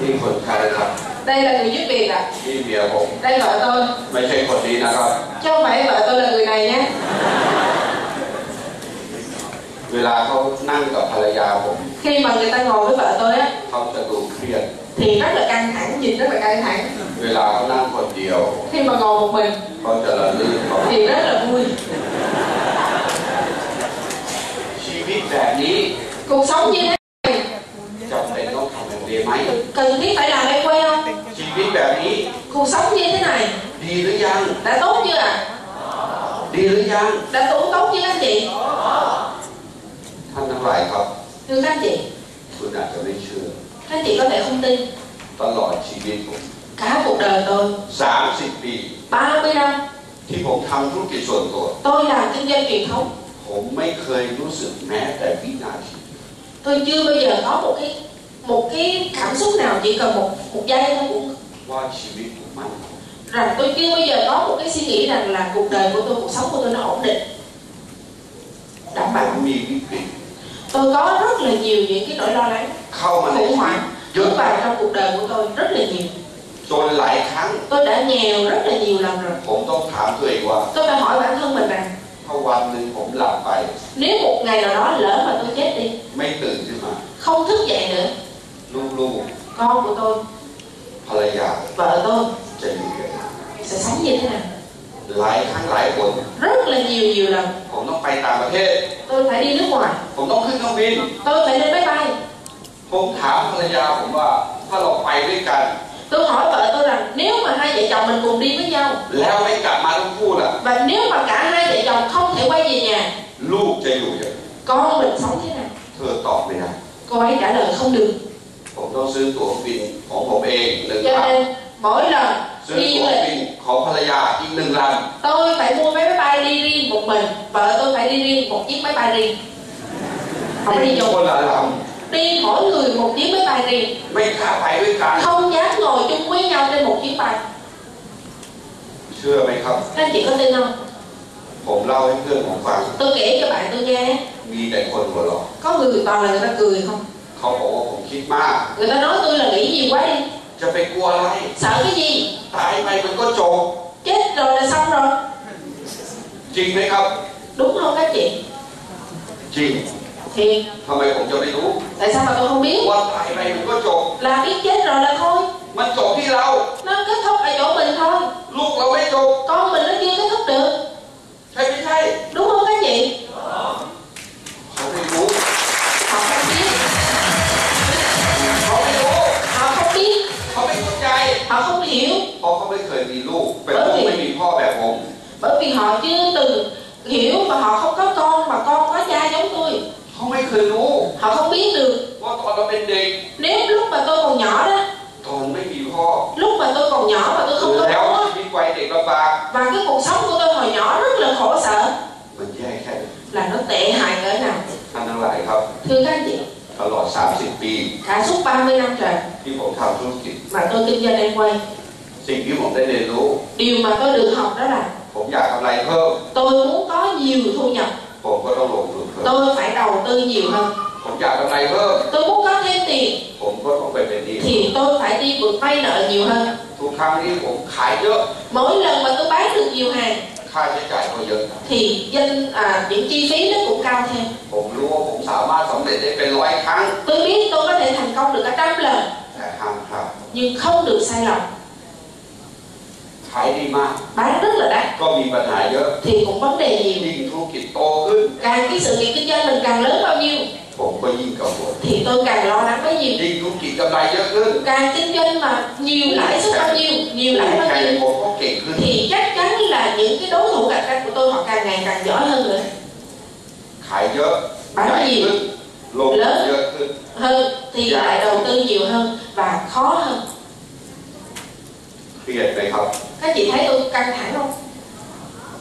B: นี่คนใช้ครับ
C: đây là người giúp việc ạ
B: นี่เมียผม
C: đây vợ tôi
B: ไม่ใช่คนนี้นะครับ
C: chứ không phải vợ tôi là người này nhé
B: เวลาเขานั่งกับภรรยาผม
C: khi mà người ta ngồi với vợ tôi á
B: เขาจะดูเครียด
C: thì rất là căng thẳng nhìn rất là căng thẳng
B: เวลาเขานั่งคนเดียว
C: khi mà ngồi một mình
B: เขาจะระลึกเขา
C: thì rất là vui
B: ชีวิตแบบนี้
C: cuộc sống như thế này
B: จำเป็นต้องทำอย่างเดียวไหม
C: cần thiết phải làm em quay không
B: ชีวิตแบบนี้
C: cuộc sống như thế này
B: ดีหรือยัง
C: đã tốt chưa ạ
B: ดีหรือยัง
C: đã tốt tốt chưa anh chị
B: ท่านทั้งหลายครับ
C: thưa các anh chị
B: คุณอาจจะไม่เชื่อ
C: các anh chị có thể không tin
B: ตลอดชีวิตผม
C: cả cuộc đời tôi
B: 30 ปี
C: 30 năm
B: ที่ผมทำธุรกิจส่วนตัว
C: tôi làm kinh doanh truyền thống
B: ผมไม่เคยรู้สึกแม้แต่วินาที
C: tôi chưa bao giờ có một cái một cái cảm xúc nào chỉ cần một một giây thôi cũng
B: ว่าชีวิตผมมัน
C: rằng tôi chưa bao giờ có một cái suy nghĩ rằng là cuộc đời của tôi cuộc sống của tôi nó ổn định đảm
B: มัน
C: bảo
B: มีวิกฤต
C: tôi có rất là nhiều những cái nỗi lo lắng
B: เข้ามาในชี
C: khủng
B: วิต
C: hoảng
B: เยอะ
C: bước vào trong cuộc đời của tôi rất là nhiều
B: จนหลายครั้ง
C: tôi đã nghèo rất là nhiều lần rồi
B: ผมต้องถามตัวเองว่า
C: tôi phải hỏi bản thân mình rằng
B: ถ้าวันหนึ่งผมหลับไป
C: nếu một ngày nào đó lỡ mà tôi chết đi
B: ไม่ตื่นขึ้นมา
C: không thức dậy nữa
B: ลูก
C: con của tôi
B: ๆภรรยา
C: vợ tôi
B: จะอยู่ยังไง
C: sẽ sống như thế nào
B: หลายครั้งหลายคน
C: rất là nhiều nhiều lần
B: ผมต้องไปต่างประเทศ
C: tôi phải đi nước ngoài
B: ผมต้องขึ้นเครื่องบิน
C: tôi phải lên máy bay
B: ผมถามภรรยาผมว่าถ้าเราไปด้วยกัน
C: tôi hỏi vợ tôi rằng nếu mà hai vợ chồng mình cùng đi với nhau
B: แล้วไม่กลับมาทั้งคู่ล่ะ
C: và nếu mà cả hai vợ chồng không thể quay về nhà
B: ลูกจะอยู่ยังไง
C: con mình sống thế nào
B: เธอตอบไม่ได้
C: cô ấy trả lời không được
B: ผมต้องซื้อตั๋วบินของผมเองหนึ่ง
C: cho
B: ล
C: nên mỗi lần
B: ำซื้อ
C: đi
B: ตั๋ว
C: du lịch
B: บินของภรรยาอีกหนึ่งล
C: tôi phải mua vé máy bay đi riêng một mình vợ tôi phải đi riêng một chiếc máy bay riêng
B: ำ
C: không
B: ไม่
C: đi
B: มีค
C: dùng
B: นละล
C: đi mỗi người một chiếc máy bay riêng
B: ำไม่กล้าไปด้วยกัน
C: không dám ngồi chung với nhau trên một chiếc bay
B: เชื่อไหมครับ
C: các anh chị có tin không
B: ผมเล่าให้เพื่อนผมฟัง
C: tôi kể cho bạn tôi nghe
B: มีแต่คนหัวเราะ
C: có người toàn là người ta cười không
B: เขาบอกว่าผมคิดมาก
C: người ta nói tôi là nghĩ nhiều quá đi
B: จะไปกลัวอะไร
C: sợ cái gì
B: ตายไปมันก็จบ
C: chết rồi là xong rồi
B: จริงไหมครับ
C: đúng không các chị
B: จริง
C: thì
B: ทำไมผมจะไม่รู้
C: tại sao mà tôi không biết
B: ว่าตายไปมันก็จบ
C: là biết chết rồi là thôi
B: มันจบที่เรา
C: nó kết thúc ở chỗ mình thôi
B: ลูกเราไม่จบ
C: con mình nó chưa kết thúc được
B: ใช่ไม่ใช่
C: đúng không các chị
B: เขาไม่รู้
C: họ không biết
B: เขาไม่รู้
C: họ không biết
B: เขาไม่เข้าใจ
C: họ không hiểu
B: เพราะเขาไม่เคยมีลูก เป็นลูกไม่มีพ่อแบบผม
C: bởi vì họ chưa từng hiểu và họ không có con mà con có cha giống tôi
B: เขาไม่เคยรู้
C: họ không biết được
B: ว่าตอนเราเป็นเด็ก
C: nếu lúc mà tôi còn nhỏ đó
B: ตอนไม่มีพ่อ
C: lúc mà tôi còn nhỏ mà tôi không có
B: แล้ว
C: bố á,
B: ชีวิตวัยเด็กลำบาก
C: và cái cuộc sống của tôi hồi nhỏ rất là khổ sở
B: ม มันแย่แค่ไหน
C: là nó tệ hại cỡ nào
B: ท่านทั้งหลายครับ
C: thưa các anh chị
B: ตลอด 30 ปี
C: cả suốt 30 năm trời
B: ที่ผมทำธุรกิจ
C: mà tôi kinh doanh em quay
B: สิ่งที่ผมได้เรียนรู้
C: điều mà tôi được học đó là
B: ผมอยากทำอะไรเพิ่ม
C: tôi muốn có nhiều thu nhập
B: ผมก็ต้องลงทุนเพิ่ม
C: tôi phải đầu tư nhiều hơn
B: ผมอยากทำอะไรเพิ่ม
C: tôi muốn có thêm tiền
B: ผมก็ต้องไปเป็นหนี้
C: thì tôi phải đi vượt vay nợ nhiều hơn
B: ทุกครั้งที่ผมขายเยอะ
C: mỗi lần mà tôi bán được nhiều hàng
B: ค่าใช้จ่ายก็เยอะ
C: thì danh à, những chi phí nó cũng cao thêm
B: ผมรู้ว่าผมสามารถสำเร็จได้เป็นร้อยครั้ง
C: tôi biết tôi có thể thành công được cả trăm lần
B: แต่ห้ามครับ
C: nhưng không được sai lầm
B: ขายดีมาก
C: bán rất là đắt
B: ก็มีปัญหาเยอะ
C: thì cũng vấn đề nhiều
B: ยิ่งธุรกิจโตขึ้น
C: càng cái sự nghiệp kinh doanh mình càng lớn bao nhiêu
B: ผมก็ยิ่งกังวล
C: thì tôi càng lo lắng bấy nhiêu
B: ยิ่งธุรกิจกำไรเยอะขึ้น
C: càng kinh doanh mà nhiều lãi suất bao nhiêu nhiều lãi
B: แข่
C: bao
B: ง
C: nhiêu
B: ผมก็เก่งขึ้น
C: thì chắc chắn là những cái đối thủ cạnh tranh của tôi họ càng ngày càng giỏi hơn nữa
B: ขายเยอะใหญ่ขึ้นลงเยอะขึ้น
C: hơn thì lại đầu tư nhiều hơn và khó hơn
B: เครียดไหมครับ
C: các chị thấy tôi căng thẳng không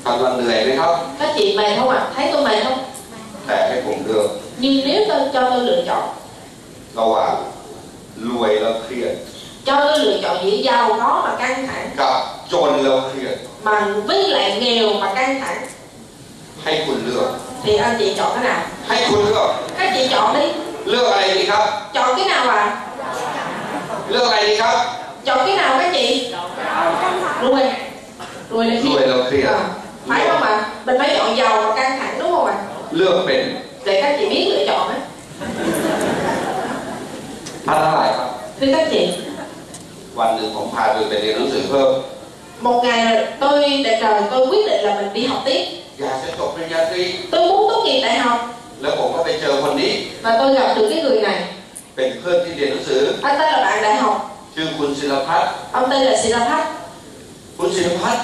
B: ทำมันเหนื่อยไหมครับ
C: các chị mệt không ạ thấy tôi mệt không
B: แต่ให้ผมเลือก
C: nhưng nếu tôi cho tôi lựa chọn
B: ระหว่างรวยแล้วเครียด
C: cho tôi lựa chọn giữa giàu có mà căng thẳng
B: กับจนแล้วเครียด
C: mà với lại nghèo mà căng thẳng
B: ให้คุณเลือก
C: thì anh chị chọn cái nào
B: ให้คุณเลือก
C: các chị chọn đi
B: เลือกอะไรดีครับ
C: chọn cái nào à
B: เลือกอะไรดีครับ
C: chọn cái nào các chị rồi rồi là
B: ร
C: chị
B: วยแล้วเครียด
C: Ờ, phải không ạ mình phải chọn giàu và căng thẳng đúng không ạ
B: เลือกเป็น
C: để các chị biết lựa chọn á
B: พันเท่าไหร่ครับ
C: thưa các chị
B: วันหนึ่งผมพาตัวไปเรียนหนังสือเพิ่ม
C: một ngày tôi đẹp trời tôi quyết định là mình đi học tiếp
B: อยากจะจบปริญญาตรี
C: tôi muốn tốt nghiệp đại học
B: แล้วผมก็ไปเจอคนนี้
C: và tôi gặp được cái người này
B: เป็นเพื่อนที่เรียนหนังสือ
C: anh ta là bạn đại học
B: ชื่อคุณศิลพัฒน์
C: ông tên là Sirapat
B: คุณศิลพัฒน์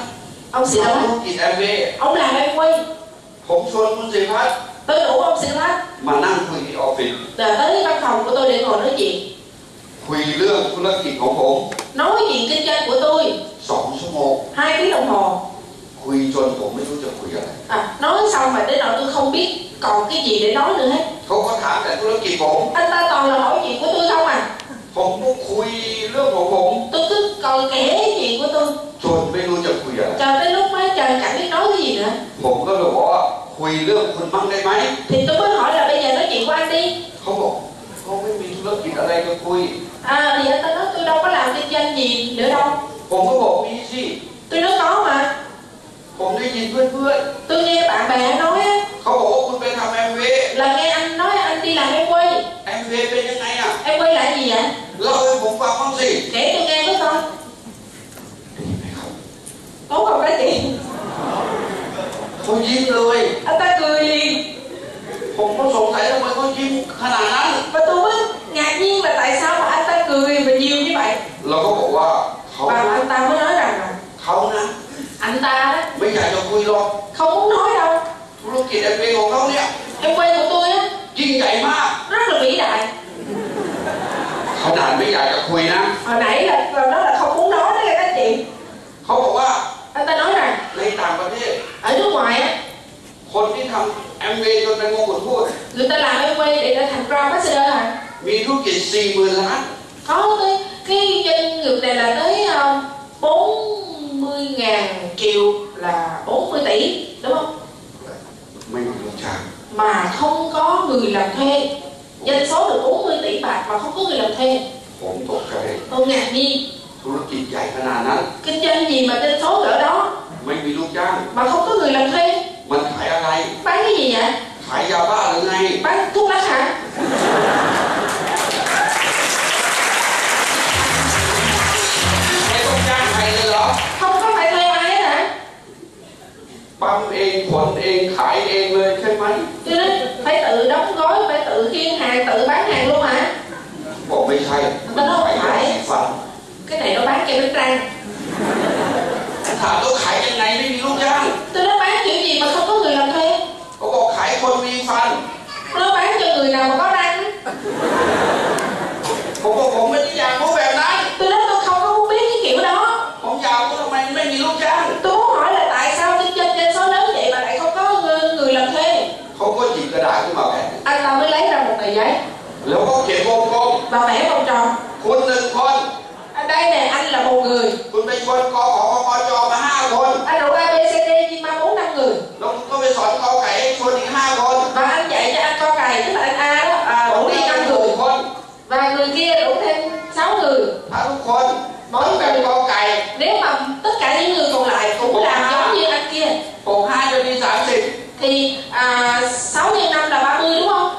C: ông
B: ทำธุ
C: Sirapat
B: รกิจแอมเบ
C: ông làm em quay
B: ผมชวนคุณศิลพัฒน์
C: tôi đủ ông Sirapat
B: มานั่งคุยที่ออฟฟิศ
C: là tới văn phòng của tôi để ngồi nói chuyện
B: คุยเรื่องธุรกิจของผม
C: nói chuyện kinh doanh của tôi
B: สองชั่วโมง
C: hai tiếng đồng hồ
B: คุยจนผมไม่รู้จะคุยอะไร
C: à, nói xong mà đến nỗi tôi không biết còn cái gì để nói nữa hết
B: เขาก็ถามแต่ธุรกิจผม
C: anh ta toàn là hỏi chuyện của tôi không à
B: ผมก็คุยเรื่องของผม
C: tôi cứ còn kể chuyện của tôi
B: จนไม่รู้จะคุยอะไร
C: cho đến lúc mấy trời chẳng biết nói cái gì nữa
B: ผมก็เลยบอกว่าคุยเรื่องคุณบ้างได้ไหม
C: thì tôi mới hỏi là bây giờ nói chuyện của anh đi
B: เขาบอกเขาไม่มีธุรกิจอะไรจะคุย
C: à, thì anh ta nói tôi đâu có làm kinh doanh gì nữa đâu
B: ผมก็บอกมีสิ
C: tôi nói có mà
B: ผมได้ยินเพื่อน
C: tôi nghe bạn bè nói á,
B: ๆเขาบอกว่าคุณไปทำแอมเวย์
C: là nghe anh nói anh đi làm em quay
B: แอมเวย์เป็นยังไงอ่ะ
C: em quay lại gì vậy
B: เล่าให้ผมฟังบ้างสิ
C: để tôi nghe với coi tốt không các chị
B: เขายิ้มเลย
C: anh ta cười liền
B: ผมก็สงสัยทำไมเขายิ้มขนาดนั้น
C: và tôi mới ngạc nhiên là tại sao mà anh ta cười mà nhiều như vậy
B: เราก็บอกว่าเขานะ
C: và anh ta mới nói rằng là
B: เขานะ
C: anh ta đó
B: ไม่อยากจะคุยหรอก
C: không muốn nói đâu
B: ธุรกิจแอมเวย์ของเขาเนี่ย
C: em quay của tôi á
B: ยิ่งใหญ่มาก
C: rất là vĩ đại
B: ขนาดไม่อยากจะคุยนะ
C: hồi nãy là là nó là không muốn nói đó các anh chị
B: เขาบอกว่า
C: anh ta nói rằng
B: ในต่างประเทศ
C: ở nước ngoài á
B: คนที่ทำแอมเวย์จนเป็นมงกุฎพูด
C: người ta làm em quay để trở thành brand ambassador hả
B: มีธุรกิจสี่หมื่นล้าน
C: có tới cái doanh nghiệp này là tới ờ, bốn mươi ngàn triệu là 40 tỷ đúng không
B: ไม่รู้จัก
C: mà không có người làm thuê doanh số được 40 tỷ bạc mà không có người làm thuê
B: ผมตกใจ
C: tôi ngạc nhiên
B: ธุรกิจใหญ่ขนาดนั้น
C: kinh doanh gì mà doanh số cỡ đó
B: ไม่มีลูกจ้าง
C: mà không có người làm thuê
B: มันขายอะไร
C: bán cái gì vậy
B: ขายยาบ้าหรือไง
C: bán thuốc lắc hả
B: ไม่ต้องจ้างใครเลยเหรอ
C: không có phải thuê ai hết hả
B: ปั๊มเองขนเองขายเองเลยใช่ไหม
C: Cho nên phải tự đóng gói, phải tự khiêng hàng, tự bán hàng luôn hả?
B: บอกไม่ใช่
C: มันต้องขาย
B: ฟัง
C: Cái này nó bán kem đánh răng
B: ถามแล้วขายยังไงไม่มีลูกจ้าง
C: Tôi nó bán kiểu gì mà không có người làm thuê
B: เขาบอกขายคนมีฟัน
C: Nó bán cho người nào mà có răng
B: ผมบอกผมไม่ได้อยากรู้แบบนั้น
C: Tôi nói tôi không có muốn biết cái kiểu đó
B: ผมอยากรู้ทำไมไม่มีลูกจ้าง
C: Tôi muốn hỏi là tại sao kinh doanh trên số lớn vậy mà lại không có người, người giấy
B: แล้วก็เขียนวงกลม
C: và vẽ vòng tròn
B: คุณหนึ่งคน
C: anh đây nè anh là một người
B: คุณเป็นคนกอขอคอจอมาห้าคน
C: anh đủ abcd nhưng mà bốn năm người
B: แล้วคุณก็ไปสอนกอไก่ให้คนอีกห้าคน
C: và anh dạy cho anh co cày tức là anh a đó à, đủ đi năm
B: ทุ
C: người
B: กคน
C: và người kia đủ thêm 6 người
B: ถ้าทุกคนน้อยเป็นกอไก่
C: nếu mà tất cả những người còn lại cũng làm giống như anh kia
B: หกห้าจะมีสามสิบ
C: thì à, 6 nhân 5 là 30 đúng không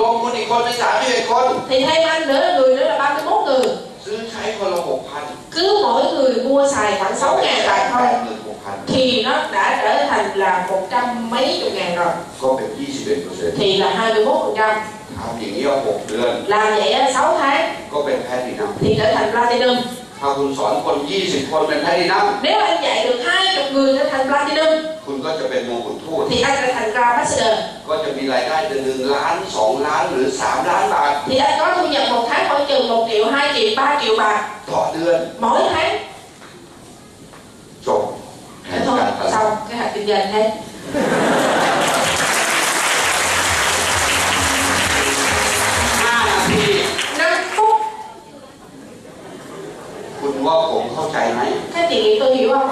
B: รวมคุณอีกคนเป็นสามสิบเอ็ดคน
C: thì thêm anh nữa là người nữa là 31 người
B: ซื้อใช้คนละหกพัน
C: cứ mỗi người mua xài khoảng 6 ngàn
B: จ่าย
C: lại
B: แป
C: thôi
B: ดหมื่นหกพัน
C: thì nó đã trở thành là một trăm mấy chục ngàn rồi
B: ก็เป็นยี่สิบเอ็ดเปอร์เซ็นต์
C: thì là 21 phần trăm
B: ทำอย่างนี้ยหกเดือน
C: làm vậy á, 6 tháng
B: ก็เป็นแพทย์ดีนัม
C: thì trở thành platinum
B: ถ้าคุณสอนคนยี่สิบคนเป็นแพทย์ดีนัม
C: nếu anh dạy được 20 người trở thành platinum
B: คุณก็จะเป็นมงกุฎทูต
C: thì anh trở thành grand ambassador
B: ก็จะมีรายได้เดือนหนึ่งล้านสองล้านหรือสามล้านบาท
C: thì anh có thu nhập một tháng khoảng chừng 1 triệu 2 triệu 3 triệu bạc
B: ต่อเดือน
C: mỗi tháng
B: จบ
C: thế thôi xong cái hạt kinh doanh hết
B: ห้านา
A: À,
B: ที
C: 5 phút
B: คุณว่าผมเข้าใจไหม
C: các chị nghĩ tôi hiểu không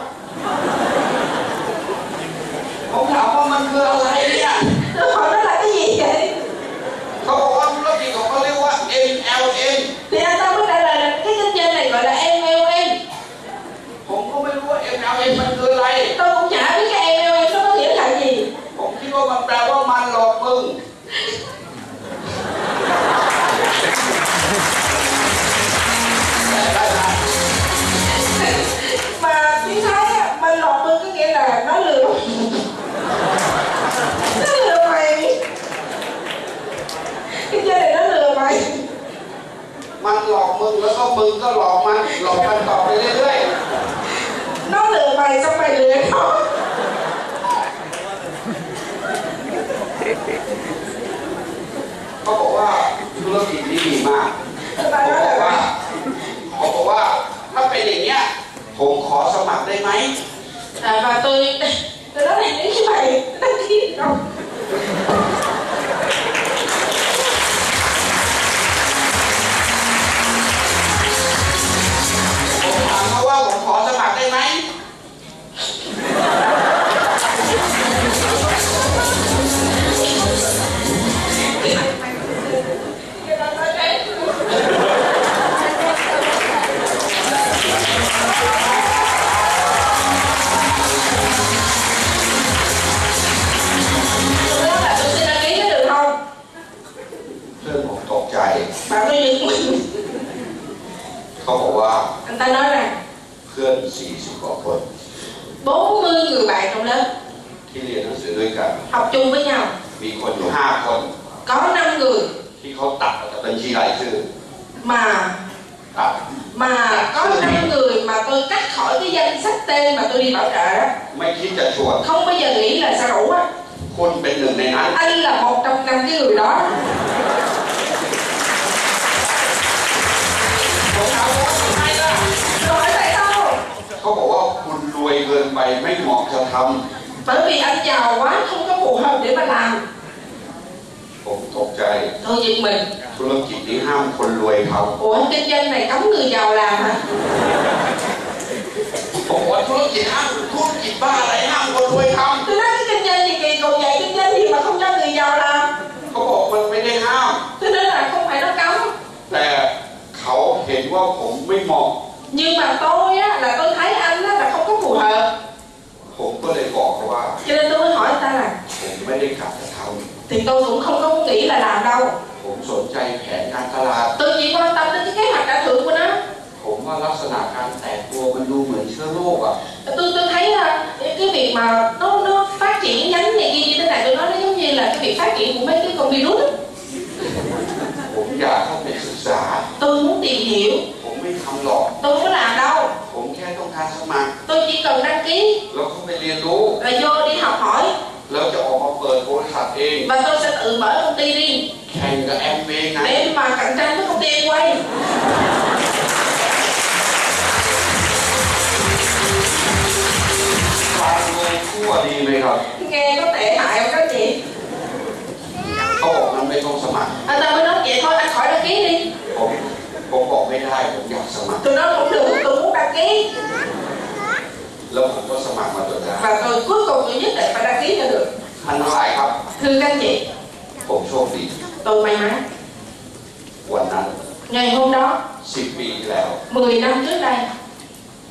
B: ผมถามว่ามันคืออะไรเนี่ย
C: tôi hỏi nó là cái gì vậy
B: เขาบอกว่าธุรกิจของเขาเรียกว่า MLM
C: thì anh ta mới trả lời là cái kinh doanh này gọi là MLM
B: ผมก็ไม่รู้ว่า MLM มันคืออะไร
C: tôi cũng chả biết cái MLM nó có nghĩa là gì
B: ผมคิดว่ามันแปลว่ามันหลอกมึง แต่ได้นะ
C: mà tiếng Thái á, mà lọt mình có nghĩa là nó lừa nó lừa mày cái chơi này nó lừa mày
B: มันหลอกมึงแล้วก็มึงก็หลอกมัน หลอกมันต่อไปเรื่อย
C: nó lừa mày xong mày lừa nó
B: ๆเขาบอกว่าธุรกิจนี้ดีมาก
C: Thì
B: เขา
C: bà
B: บอก
C: nói
B: ว่า
C: là
B: เขาบอกว่าถ้าเป็นอย่างเนี้ยผมขอสมัครได้ไหม
C: à, và tôi tôi nói này nếu như mày đăng ký được không
B: ผมถามเขาว่าผมขอสมัครได้ไหม
C: Người ta nói đấy.
B: เพื่อนผมตกใจ
C: Bạn nói gì mình
B: เขาบอกว่า
C: Anh ta nói rằng
B: เพื่อน 40 กว่าคน
C: 40 người bạn trong lớp
B: ที่เรียนหนังสือด้วยกัน
C: học chung với nhau
B: มีคนอยู่ 5 คน
C: có 5 người
B: ที่เขาตัดออกจากบัญชีรายชื่อ
C: mà
B: ตัด
C: mà có 5 người mà tôi cắt khỏi cái danh sách tên mà tôi đi bảo trợ đó
B: ไม่คิดจะชวน
C: không bao giờ nghĩ là sẽ đủ á
B: คุณเป็นหนึ่งในนั้น
C: anh là một trong năm cái người đó
B: ผมถามว่าทำไมล่ะ
C: tôi hỏi tại sao
B: เขาบอกว่าคุณรวยเกินไปไม่เหมาะจะทำ
C: bởi vì anh giàu quá không có phù hợp để mà làm
B: ผมตกใจ
C: tôi giật mình
B: ธุรกิจนี้ห้ามคนรวยเขา
C: ủa kinh doanh này cấm người giàu làm hả
B: ผมว่าธุรกิจห้ามธุรกิจบ้าอะไรห้ามคนรวยท
C: tôi nói cái kinh doanh gì kỳ cục vậy kinh doanh gì mà không cho người giàu làm
B: ำเขาบอกมันไม่ได้ห้าม
C: tôi nói là không phải nó cấm
B: แต่เขาเห็นว่าผมไม่เหมาะ
C: nhưng mà tôi á là tôi thấy anh á là không có phù hợp
B: ผมก็เลยบอกเขาว่า
C: cho nên tôi mới hỏi người ta là
B: ผมไม่ได้กลับจะท
C: thì tôi cũng không có nghĩ là làm đâu
B: ำผมสนใจแผนการตลาด
C: tôi chỉ quan tâm đến cái kế hoạch đã thưởng của nó
B: ผมว่าลักษณะการแตกตัวมันดูเหมือนเชื้อโรคอ่ะ
C: tôi tôi thấy là cái cái việc mà nó nó phát triển nhánh này kia như thế này tôi nói nó giống như là cái việc phát triển của mấy cái con virus á.
B: ผมอยากเข้าไปศึกษา
C: tôi muốn tìm hiểu
B: ผมไม่ทำหรอก
C: tôi không có làm đâu
B: ผมแค่ต้องการสมัคร
C: tôi chỉ cần đăng ký
B: แล้วเข้าไปเรียนรู้
C: là vô đi học hỏi
B: แล้วจะออกมาเปิดบริษัทเอง
C: và tôi sẽ tự mở công ty riêng
B: แข่งกับแอมเวย์ไง
C: để mà cạnh tranh với công ty quay
B: การเงินทั่วดีไหมครับ
C: nghe có tệ hại không các chị
B: เขาบอกมันไม่ต้องสมัคร
C: anh ta mới nói
B: ให้ได้ผมอยากสมัคร
C: tôi nói cũng được tôi muốn đăng ký
B: แล้วผมก็สมัครมาจนได้
C: và tôi cuối cùng tôi nhất định phải đăng ký cho được
B: ท่านทั้งหลายครับ
C: thưa các anh chị
B: ผมโชคดี
C: tôi may mắn
B: วันนั้น
C: ngày hôm đó
B: 10 ปีที่แล้ว
C: 10 năm trước đây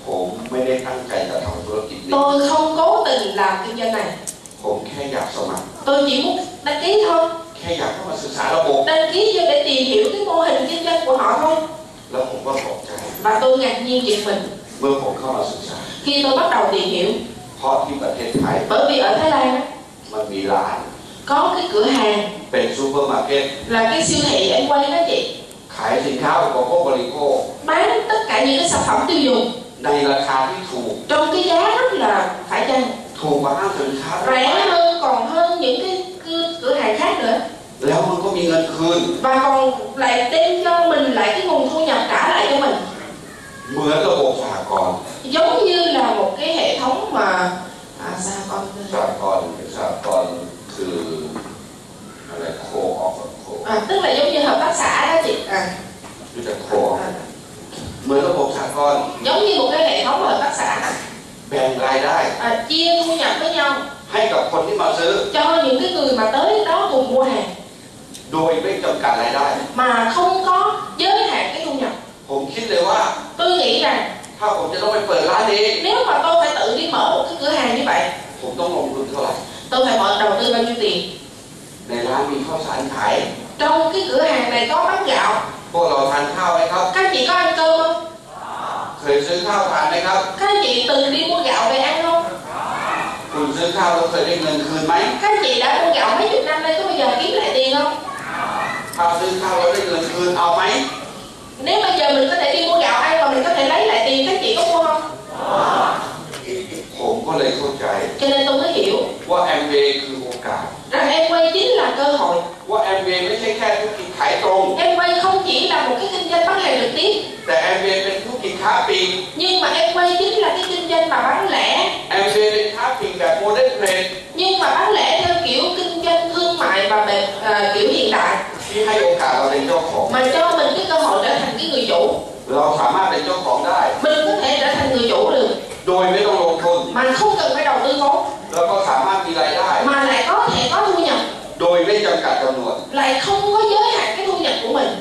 B: ผมไม่ได้ตั้งใจจะทำธุรกิจนี้
C: tôi không cố tình làm kinh doanh này
B: ผมแค่อยากสมัคร
C: tôi chỉ muốn đăng ký thôi
B: แค่อยากเข้ามาศึกษาระบบ
C: đăng ký cho để tìm hiểu cái mô hình kinh doanh của họ thôi
B: แล้วผมก็ตกใจ
C: và tôi ngạc nhiên giật mình
B: เมื่อผมเข้ามาศึกษา
C: khi tôi bắt đầu tìm hiểu
B: เพราะที่ประเทศไทย
C: bởi vì ở Thái Lan á,
B: มันมีร้าน
C: có cái cửa hàng
B: เป็นซูเปอร์มาร์เก็ต
C: là cái siêu thị em quay đó chị
B: ขายสินค้าอุปโภคบริโภค
C: bán tất cả những cái sản phẩm tiêu dùng
B: ในราคาที่ถูก
C: trong cái giá rất là phải chăng
B: ถูกกว่าห้างสินค้าทั่วไป
C: rẻ hơn còn hơn những cái cư- cửa hàng khác nữa
B: แล้วมันก็มีเงินคืน
C: và còn lại đem cho mình lại cái nguồn thu nhập trả lại cho mình
B: เหมือนระบบสหกรณ์
C: giống như là một cái hệ thống mà à, sao con
B: สหกรณ์สหกรณ์คืออะไรโคออกโค
C: à, tức là giống như hợp tác xã đó chị à,
B: รู้จักโค
C: à,
B: เหมือนระบบสหกรณ์
C: giống như một cái hệ thống hợp tác xã
B: แบ่งรายได้
C: à, chia thu nhập với nhau
B: ให้กับคนที่มาซื้อ
C: cho những cái người mà tới đó cùng mua hàng
B: โดยไม่จำกัดรายได้
C: mà không có giới hạn cái thu nhập
B: ผมคิดเลยว่า
C: tôi nghĩ rằng
B: ถ้าผมจะต้องไปเปิดร้านนี้
C: nếu mà tôi phải tự đi mở một cái cửa hàng như vậy
B: ผมต้องลงทุนเท่าไหร่
C: tôi phải mở đầu tư bao nhiêu tiền
B: ในร้านมีข้าวสารขาย
C: trong cái cửa hàng này có bán gạo
B: พวกเราทานข้าวไหมครับ
C: các chị có ăn cơm không
B: เคยซื้อข้าวทานไหมครับ
C: các chị từng đi mua gạo về ăn không
B: คุณซื้อข้าวแล้วเคยได้เงินคืนไหม
C: các chị đã mua gạo mấy chục năm nay có bao giờ kiếm lại tiền không
B: ถ้าซื้อข้าวแล้วได้เงินคืนเอาไหม
C: nếu bây giờ mình có thể đi mua gạo ăn mà mình có thể lấy lại tiền các chị có mua không
B: ผมก็เลยเข้าใจ
C: cho nên tôi mới hiểu
B: ว่าแอมเบคือโอกาส
C: rằng em quay chính là cơ hội
B: ว่าแอมเบไม่ใช่แค่ธุรกิจขายตรง
C: em quay không chỉ là một cái kinh doanh bán hàng trực tiếp
B: แต่แอมเบเป็นธุรกิจค้าปลีก
C: nhưng mà em quay chính là cái kinh doanh mà bán lẻ
B: แอมเบเป็นค้าปลีกแบบโมเดิร์นเทรด
C: nhưng mà bán lẻ theo kiểu kinh doanh thương mại và bề- à, kiểu hiện đại
B: ที่ให้โอกาสเราเป็นเจ้าของ
C: mà cho mình cái cơ hội trở thành cái người chủ
B: เราสามารถเป็นเจ้าของได้
C: mình có thể trở thành người chủ được
B: โดยไม่ต้องลงทุน
C: mà không cần phải đầu tư vốn
B: แล้วก็สามารถมีรายได้
C: mà lại có thể có thu nhập
B: โดยไม่จำกัดจำนวน
C: lại không có giới hạn cái thu nhập của mình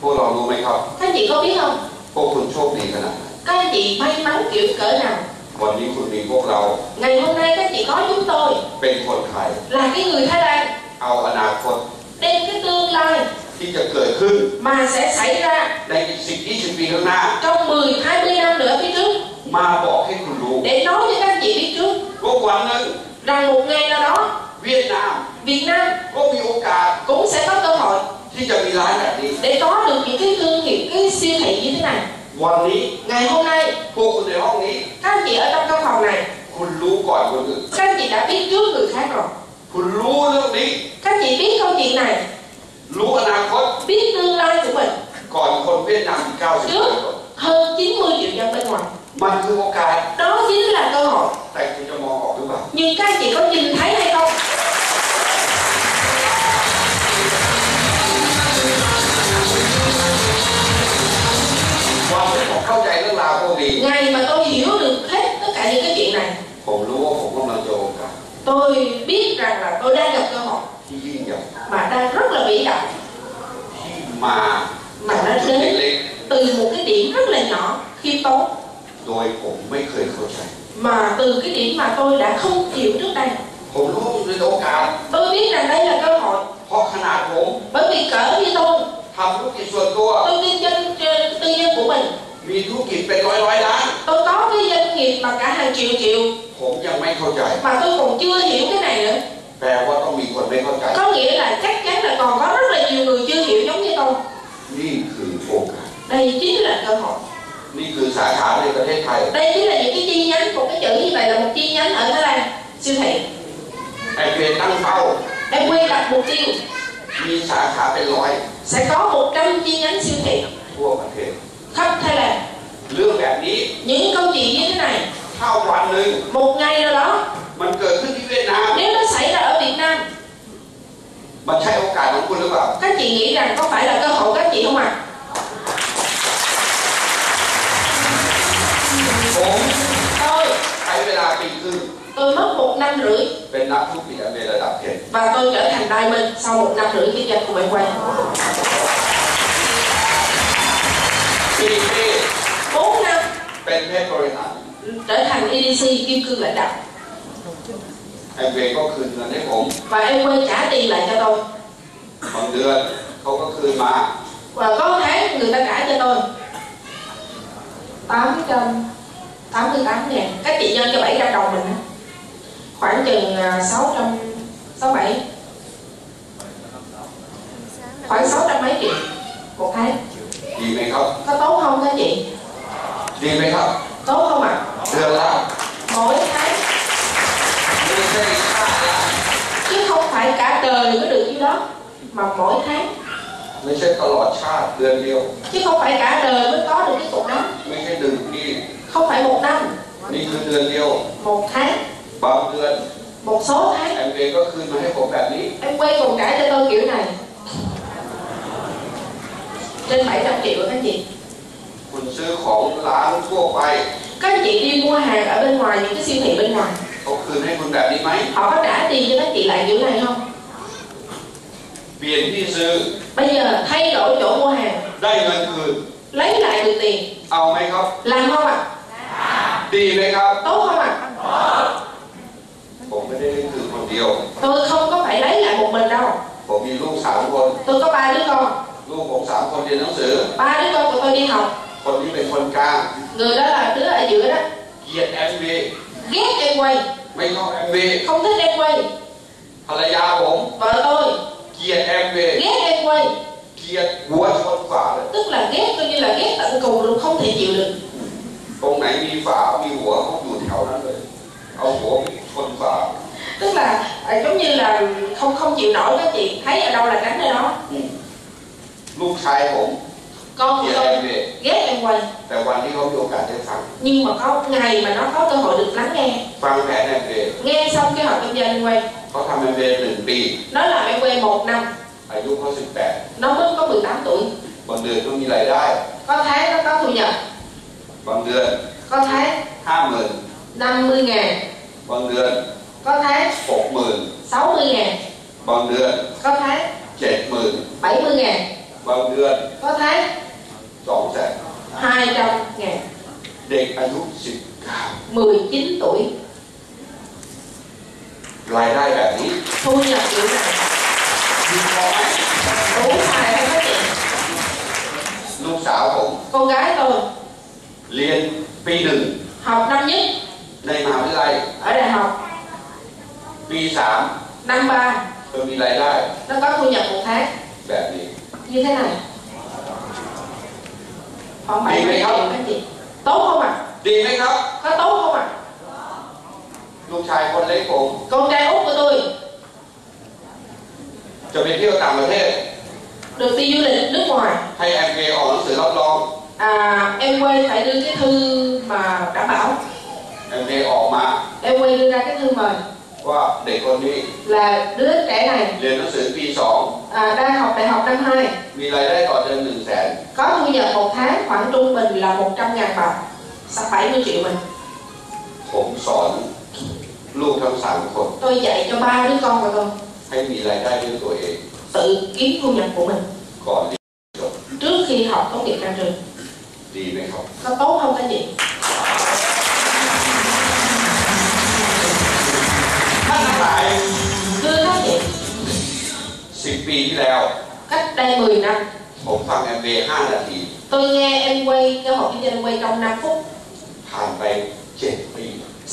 B: พวกเรารู้ไหมครับ
C: các anh chị có biết không
B: พวกคุณโชคดีขนาดไหน
C: các anh chị may mắn kiểu cỡ nào
B: วันนี้คุณมีพวกเรา
C: ngày hôm nay các anh chị có chúng tôi
B: เป็นคนไทย
C: là cái người thái lan
B: เอาอนาคต
C: đem cái tương lai
B: ที่จะเกิดขึ้น
C: mà sẽ xảy ra
B: ในอีกสิบยี่สิบปีข้างหน้า
C: trong 10 20 năm nữa phía trước
B: มาบอกให้คุณรู้
C: để nói cho các anh chị biết trước
B: ว่าวันหนึ่ง
C: rằng một ngày nào đó
B: เวียดนาม
C: Việt Nam
B: ก็มีโอกาส
C: cũng sẽ có cơ hội
B: ที่จะมีร้านแบบนี้
C: để có được những cái thương hiệu cái siêu thị như thế này
B: วันนี้
C: ngày hôm nay
B: พวกคุณในห้องนี้
C: các anh chị ở trong căn phòng này
B: คุณรู้ก่อนคนอื่น
C: các anh chị đã biết trước người khác rồi
B: คุณรู้เรื่องนี้
C: các anh chị biết câu chuyện này
B: รู้อนาคต
C: biết tương lai của mình
B: ก่อนคนเวียดนามอีกเก้าสิบคน
C: hơn 90 triệu dân bên ngoài
B: มันคือโอกาส
C: đó chính là cơ hội
B: แต่คุณจะมองออกหรือเปล่า
C: nhưng các anh chị có nhìn thấy hay không
B: วันที่ผมเข้าใจเรื่องราวพวกนี้
C: ngày mà tôi hiểu được hết tất cả những cái chuyện này
B: ผมรู้ว่าผมกำลังเจอโอกาส
C: tôi biết rằng là tôi đang gặp cơ hội
B: ที่ยิ่งใหญ่
C: mà đang rất là vĩ đại
B: ที่มา
C: มาแล้วเด้
B: จุด
C: อ
B: เล็ก
C: từ một cái điểm rất là nhỏ khiêm tốn
B: ๆโดยผมไม่เคยเข้าใจ
C: mà từ cái điểm mà tôi đã không hiểu trước đây
B: ผมรู้ว่ามันเป็นโอกาส
C: tôi biết rằng đây là cơ hội
B: เพราะขนาดผม
C: bởi vì cỡ như tôi
B: ทำธุรกิจส่วนตัว
C: tôi kinh doanh trên tư nhân của mình
B: มีธุรกิจเป็นร้อยร้อยๆล้าน
C: tôi có cái doanh nghiệp mà cả hàng triệu triệu
B: ผมยังไม่เข้าใจ
C: mà tôi còn chưa hiểu cái này nữa
B: แปลว่าต้องมีคนไม่เข้าใจ
C: có nghĩa là chắc chắn là còn có rất là nhiều người chưa hiểu giống như tôi
B: นี่คือโอกาส
C: đây chính là cơ hội
B: นี่คือสาขาในประเทศไทย
C: đây chính là những cái chi nhánh một cái chữ như vậy là một chi nhánh ở thái lan siêu thị
B: แอมเบตั้งเป้า
C: em quy đặt mục tiêu
B: มีสาขาเป็นร้อย
C: sẽ có 100 chi nhánh siêu thị
B: ทั่วประเทศ
C: khắp thái lan
B: เรื่องแบบนี้
C: những câu chuyện như thế này
B: ถ้าวันหนึ่ง
C: một ngày nào đó
B: มันเกิดขึ้นที่เวียดนาม
C: nếu nó xảy ra ở Việt Nam
B: มันใช่โอกาสของคุณหรือเปล่า
C: các chị nghĩ rằng có phải là cơ hội các chị không ạ
B: ปีครึ่ง
C: tôi mất một năm rưỡi
B: เป็นนักธุรกิจอเมริการะดับเพชร
C: và tôi trở thành diamond sau một năm rưỡi kinh doanh của bạn quay
B: สี่ปี
C: bốn năm
B: เป็นเพชรบริหาร
C: trở thành EDC kim cương lãnh đạo
B: แอมเวย์ก็คืนเงินให้ผม
C: và em quay trả tiền lại cho tôi
B: บางเดือนเขาก็คืนมา
C: và có tháng người ta trả cho tôi 800 88 ngàn các chị nhân cho 700 đồng mình á. khoảng chừng à, 600 67 khoảng 600 mấy triệu một tháng
B: ดีไหมครับ
C: có tốt không các chị
B: ดีไหมครับ
C: tốt không ạ
B: เดือนละ
C: mỗi tháng
B: ไม่ใช่ค่าละ
C: chứ không phải cả đời mới được như đó mà mỗi tháng
B: ไม่ใช่ตลอดชาติเดือนเดียว
C: chứ không phải cả đời mới có được cái cục đó
B: ไม่ใช่หนึ่งปี
C: không phải một năm
B: นี่คือเดือนเดียว
C: một tháng
B: บางเดือน
C: một số tháng
B: แอมเวย์ก็คืนมาให้ผมแบบนี้
C: em quay cùng cả cho tôi kiểu này trên 700 triệu các chị
B: คุณซื้อของร้านทั่วไป
C: các anh chị đi mua hàng ở bên ngoài những cái siêu thị bên ngoài
B: เขาคืนให้คุณแบบนี้ไหม
C: họ có trả tiền cho các chị lại kiểu này không
B: เปลี่ยนที่ซื้อ
C: bây giờ thay đổi chỗ mua hàng
B: ได้เงินคืน
C: lấy lại được tiền
B: เอาไหมครับ
C: làm không ạ
B: ดีไหมครับ
C: tốt không ạ
B: ผมไม่ได้เล่นคืนคนเดียว
C: tôi không có phải lấy lại một mình đâu
B: ผมมีลูกสามคน
C: tôi có ba đứa con
B: ลูกผมสามคนเรียนหนังสือ
C: ba đứa con của tôi đi học
B: คนที่เป็นคนกลาง
C: người đó là đứa ở giữa đó
B: เกลียดแอมเวย์
C: ghét em quay
B: ไม่ชอบแอมเวย์
C: không thích em quay
B: ภรรยาผม
C: vợ tôi
B: เกลียดแอมเวย์
C: ghét em quay
B: เกลียดหัวชนฝาเลย
C: tức là ghét coi như là ghét tận cùng luôn không thể chịu được
B: ตรงไหนมีฝา มีหัวเขาอยู่แถวนั้นเลย เอาหัวไปชนฝา
C: tức là à, giống như là không không chịu nổi các chị thấy ở đâu là cánh ở đó
B: ลูกชายผม
C: con
B: เกลีย
C: của
B: ดแอ
C: tôi
B: มเวย์
C: ghét em quay
B: แต่วันที่เขามีโอกาสได้ฟัง
C: nhưng mà có ngày mà nó có cơ hội được lắng nghe
B: ฟังแผนแอมเวย์
C: nghe xong cái họ kinh doanh em quay
B: เขาทำแอมเวย์หนึ่งปี
C: nó làm em quay một năm
B: อายุเขาสิบแปด
C: nó mới có 18 tuổi
B: บางเดือนก็มีรายได้
C: có tháng nó có thu nhập
B: บางเดือน
C: có tháng
B: ห้าหมื่น
C: 50 ngàn
B: บางเดือน
C: có tháng
B: หกหมื่น
C: 60 ngàn
B: บางเดือน
C: có tháng
B: เจ็ดหมื่น
C: 70 ngàn
B: บางเดือน
C: có tháng
B: สองแสน
C: 200 ngàn
B: เด็กอายุสิบเก้า
C: 19 tuổi
B: รายได้แบบนี้
C: thu nhập kiểu này
B: ดีพอไหม
C: đủ xài không các chị
B: ลูกสาวผม
C: con gái tôi
B: เรียนปีหนึ่ง
C: học năm nhất
B: ในมหาวิทยาลัย
C: ở đại học
B: ปีสาม
C: năm ba
B: เธอมีรายได้
C: nó có thu nhập một tháng
B: แบบนี้
C: như thế này khoảng bảy
B: Đi
C: mươi
B: đi
C: triệu
B: không?
C: các chị tốt không ạ
B: ดีไหมครับ
C: có tốt không ạ
B: ลูกชายคนเล็กผม
C: con trai út của tôi
B: จะไปเที่ยวต่างประเทศ
C: được đi du lịch nước ngoài
B: ให้แอมเออกหนังสือรับรอง
C: à, em quay phải đưa cái thư mà đảm bảo
B: แอมเออกมา
C: em quay đưa ra cái thư mời
B: ว่าเด็กคนนี้
C: là đứa trẻ này
B: เรียนหนังสือปีสอง
C: à, đang học đại học năm 2
B: มีรายได้ต่อเดือนหนึ่งแสน
C: có thu nhập một tháng khoảng trung bình là 100 ngàn bạc sắp 70 triệu mình
B: ผมสอน ลูกทั้งสามคน
C: tôi dạy cho ba đứa con của tôi
B: ให้มีรายได้ด้วยตัวเอง
C: tự kiếm thu nhập của mình
B: ก่อนเรียน
C: trước khi học tốt nghiệp ra trường
B: ดีไหมครับ
C: nó tốt không các chị
B: ท่านทั้งหลาย
C: thưa các chị
B: สิบปีที่แล้ว
C: cách đây 10 năm
B: ผมฟังแอมเบห้านาที
C: tôi nghe em quay cơ hội kinh doanh em quay trong 5 phút
B: ผ่านไปเจ็ดปี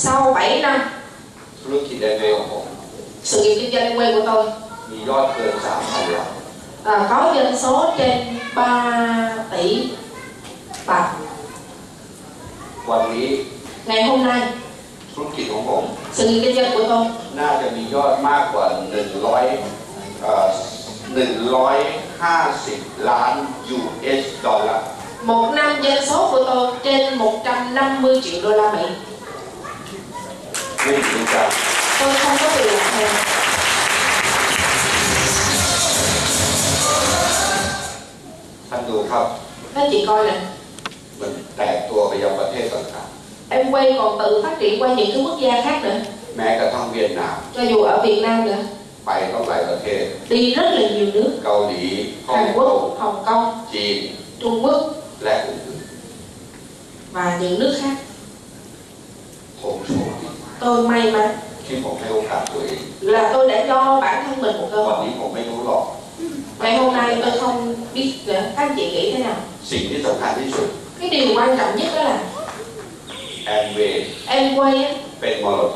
C: sau 7 năm
B: ธุรกิจแอมเบของผม
C: sự nghiệp kinh doanh em quay của tôi
B: มียอดเกินสามพันล้าน
C: à, có doanh số trên 3 tỷ bạc
B: วันนี้
C: ngày hôm nay
B: ธุรกิจของผม
C: sự nghiệp kinh doanh của tôi
B: น่าจะมียอดมากกว่า 100เอ่อ150 ล้าน US ดอลลาร์
C: một năm doanh số của tôi trên 150 triệu đô la Mỹ
B: ไม่ถึงกัน
C: tôi không có việc làm thêm
B: ท่านดูครับ
C: các chị coi nè
B: มันแตกตัวไปยังประเทศต่าง
C: em quay còn tự phát triển qua những cái quốc gia khác nữa
B: แม้กระทั่งเวียดนาม
C: cho dù ở Việt Nam nữa
B: ไปต้องหลายประเทศ
C: đi rất là nhiều nước
B: เกาหลีฮ่อง
C: Hàn
B: กง
C: Quốc Hồng Kông
B: จีน
C: Trung Quốc
B: และอื่น
C: và những nước khác
B: ๆผมโชคดี
C: tôi may mắn
B: ที่ผมให้โอกาสตัวเอง
C: là tôi đã cho bản thân mình một cơ
B: วัน
C: hội
B: นี้ผมไม่รู้หรอก
C: ngày hôm nay tôi không biết nữa các anh chị nghĩ thế nào
B: สิ่งที่สำคัญที่สุด
C: cái điều quan trọng nhất đó là
B: แอมเวย์
C: em quay á,
B: เป็นมรดก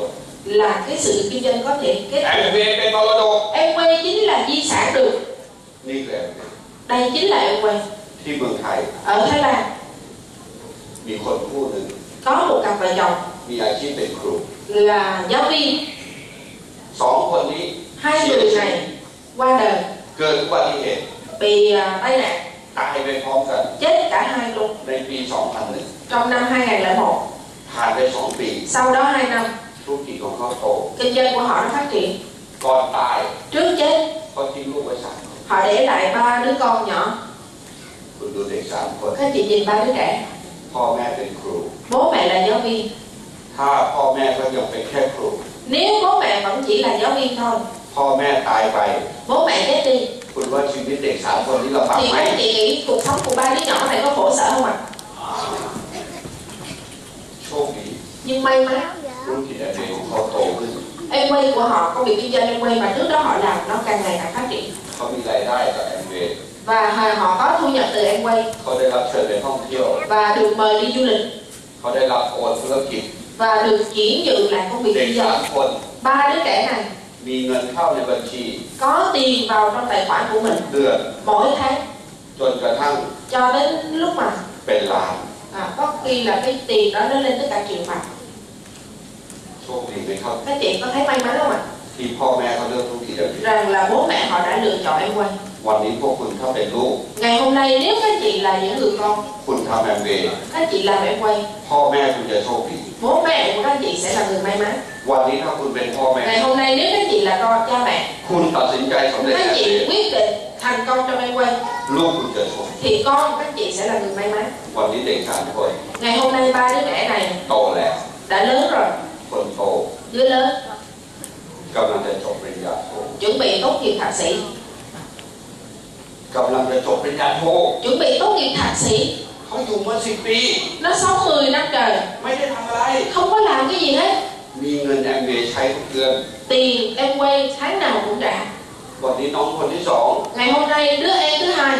C: là cái sự kinh doanh có thể
B: แอ
C: kết
B: มเวย์เป็นมรดก
C: em quay chính là di sản được
B: นี่คือแอมเวย์
C: đây chính là em quay
B: ที่เมืองไทย
C: ở Thái Lan
B: มีคนผู้หนึ่ง
C: có một cặp vợ chồng
B: มีอาชีพเป็นครู
C: là giáo viên
B: สองคนนี้
C: hai người này qua đời
B: เกิดอุบัติเหตุ
C: bị à, tai nạn
B: ตายไปพร้อมกัน
C: chết cả hai luôn
B: ในปี
C: trong năm 2001
B: 2001 ผ่านไป 2 ปี
C: sau đó 2 năm
B: ธุรกิจของเขาโต
C: kinh doanh của họ đã phát triển
B: ก่อนตาย
C: trước chết
B: ก็ทิ้งลูกไว้สามคน
C: họ để lại ba đứa con nhỏ
B: คุณดูเด็กสามคน
C: các chị nhìn ba đứa trẻ
B: พ่อแม่เป็นครู
C: bố mẹ là giáo viên
B: ถ้าพ่อแม่ก็ยังเป็นแค่ครู
C: nếu bố mẹ vẫn chỉ là giáo viên thôi
B: พ่อแม่ตายไป
C: bố mẹ chết đi
B: คุณว่าชีวิตเด็กสามคนนี้ลำบาก
C: thì
B: ไหม
C: các chị nghĩ cuộc sống của ba đứa nhỏ này có khổ sở không ạ
B: โชคดี
C: nhưng may mắn
B: ธุรกิจอเนกของเขาโตขึ้น
C: em quay của họ công việc kinh doanh em quay mà trước đó họ làm nó càng ngày càng phát triển
B: เขามีรายได้จากแอนเวย์
C: và hà- họ có thu nhập từ em quay
B: เขาได้รับเชิญไปท่องเที่ยว
C: và được mời đi du lịch
B: เขาได้รับโอนธุรกิจ
C: và được chuyển nhượng lại công việc
B: เด็ก
C: kinh
B: สา
C: doanh
B: มคน
C: ba đứa trẻ này
B: มีเงินเข้าในบัญชี
C: có tiền vào trong tài khoản của mình
B: เดือน
C: mỗi tháng
B: จนกระทั่ง
C: cho đến lúc mà
B: เป็นล้าน
C: à, có khi là cái tiền đó nó lên tới cả triệu bạc
B: โชคดีไหมครับ
C: các chị có thấy may mắn không ạ
B: ที่พ่อแม่เขาเลือกธุรกิจแบบนี้
C: rằng là bố mẹ họ đã lựa chọn em quay
B: วันนี้พวกคุณถ้าเป็นลูก
C: ngày hôm nay nếu các chị là những người con
B: คุณทำแอมเวย์
C: các chị làm em quay
B: พ่อแม่คุณจะโชคดี
C: bố mẹ của các chị sẽ là người may mắn
B: วันนี้ถ้าคุณเป็นพ่อแม่
C: ngày hôm nay nếu các chị là con cha mẹ
B: คุณตัดสินใจสำเร็จแอ
C: các
B: มเวย์
C: chị quyết định thành công trong em quay
B: ลูกคุณจะโชค
C: thì con các chị sẽ là người may mắn
B: วันนี้เด็กสามคน
C: ngày hôm nay ba đứa trẻ này
B: โตแล้ว
C: đã lớn rồi
B: คนโต
C: đứa lớn
B: กำลังจะจบปริญญาโท
C: chuẩn bị tốt nghiệp thạc sĩ
B: กำลังจะจบปริญญาโท
C: chuẩn bị tốt nghiệp thạc sĩ
B: เขาอยู่มาสิบปี
C: nó sống 10 năm trời
B: ไม่ได้ทำอะไร
C: không có làm cái gì hết
B: มีเงินแอมเวย์ใช้ทุกเดือน
C: tiền em quay tháng nào cũng trả
B: วันนี้น้องคนที่สอง
C: ngày hôm nay đứa em thứ hai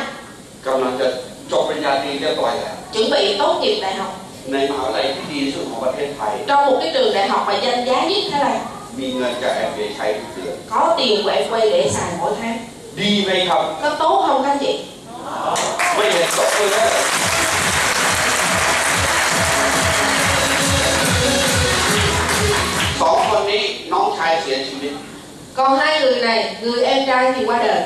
B: กำลังจะจบปริญญาตรีเรียบร้อยแล้ว
C: chuẩn bị tốt nghiệp đại học
B: ในมหาวิทยาลัยที่ดีที่สุดของประเทศไทย
C: trong một cái trường đại học mà danh giá nhất thế này
B: มีเงินจากแอมเวย์ใช้ทุกเดือน
C: có tiền của em quay để xài mỗi tháng
B: ดีไหมครับ
C: có tốt không các anh chị
B: ไม่เห็นตบมือเลยสองคนนี้น้องชายเสียชีวิต
C: còn hai người này người em trai thì qua đời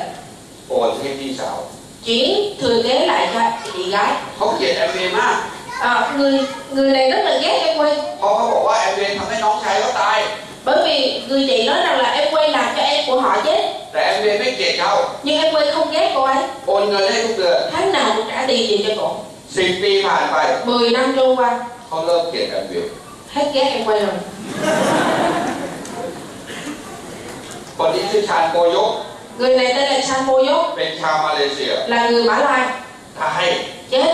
B: โอนให้พี่สาว
C: chuyển thừa kế lại cho chị gái
B: เขาเกลียดแอมเวย์มาก
C: à, người người này rất là ghét em quay
B: เพราะเขาบอกว่าแอมเวย์ทำให้น้องชายเขาตาย
C: bởi vì người chị nói rằng là em quay làm cho em của họ chết
B: แต่แอมเวย์ไม่เกลียดเขา
C: nhưng em quay không ghét cô ấy
B: โอนเงินให้ทุกเดือน
C: tháng nào cũng trả tiền về cho cổ
B: สิบปีผ่านไป
C: 10 năm trôi qua
B: เขาเริ่มเกลียดแอมเวย์
C: hết ghét em quay rồi
B: คนนี้ชื่อชาญโกยก
C: người này tên là Sam Boyok
B: เป็นชาวมาเลเซีย
C: là người Mã Lai
B: ตาย
C: chết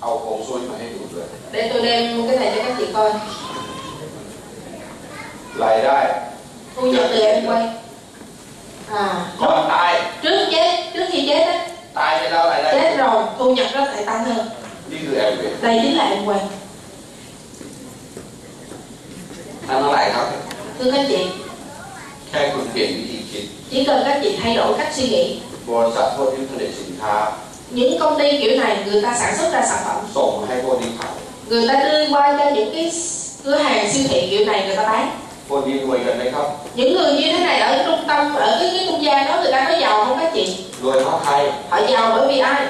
B: เอาของซุยมาให้ดูด้วย
C: để tôi đem cái này cho các chị coi
B: รายได้
C: thu nhập từ em quay à
B: ก่อนตาย
C: trước chết trước khi chết á
B: ตายไปแล้วรายได้
C: chết rồi thu nhập nó lại tăng hơn
B: นี่คือแอมเวย์
C: đây chính là em quay
B: ทั้งหลายครับ
C: thưa các chị
B: แค่คุณเปลี่ยนวิธีคิด
C: chỉ cần các chị thay đổi cách suy nghĩ
B: บริษัทพวกนี้ผลิตสินค้า
C: những công ty kiểu này người ta sản xuất ra sản phẩm
B: ส่งให้พวกนี้ขาย
C: người ta đưa qua cho những cái cửa hàng siêu thị kiểu này người ta bán
B: พวกนี้รวยกันไหมครับ
C: những người như thế này ở trung tâm ở cái cái trung gian đó người ta có giàu không các chị
B: รวยเพราะใคร
C: họ giàu bởi vì ai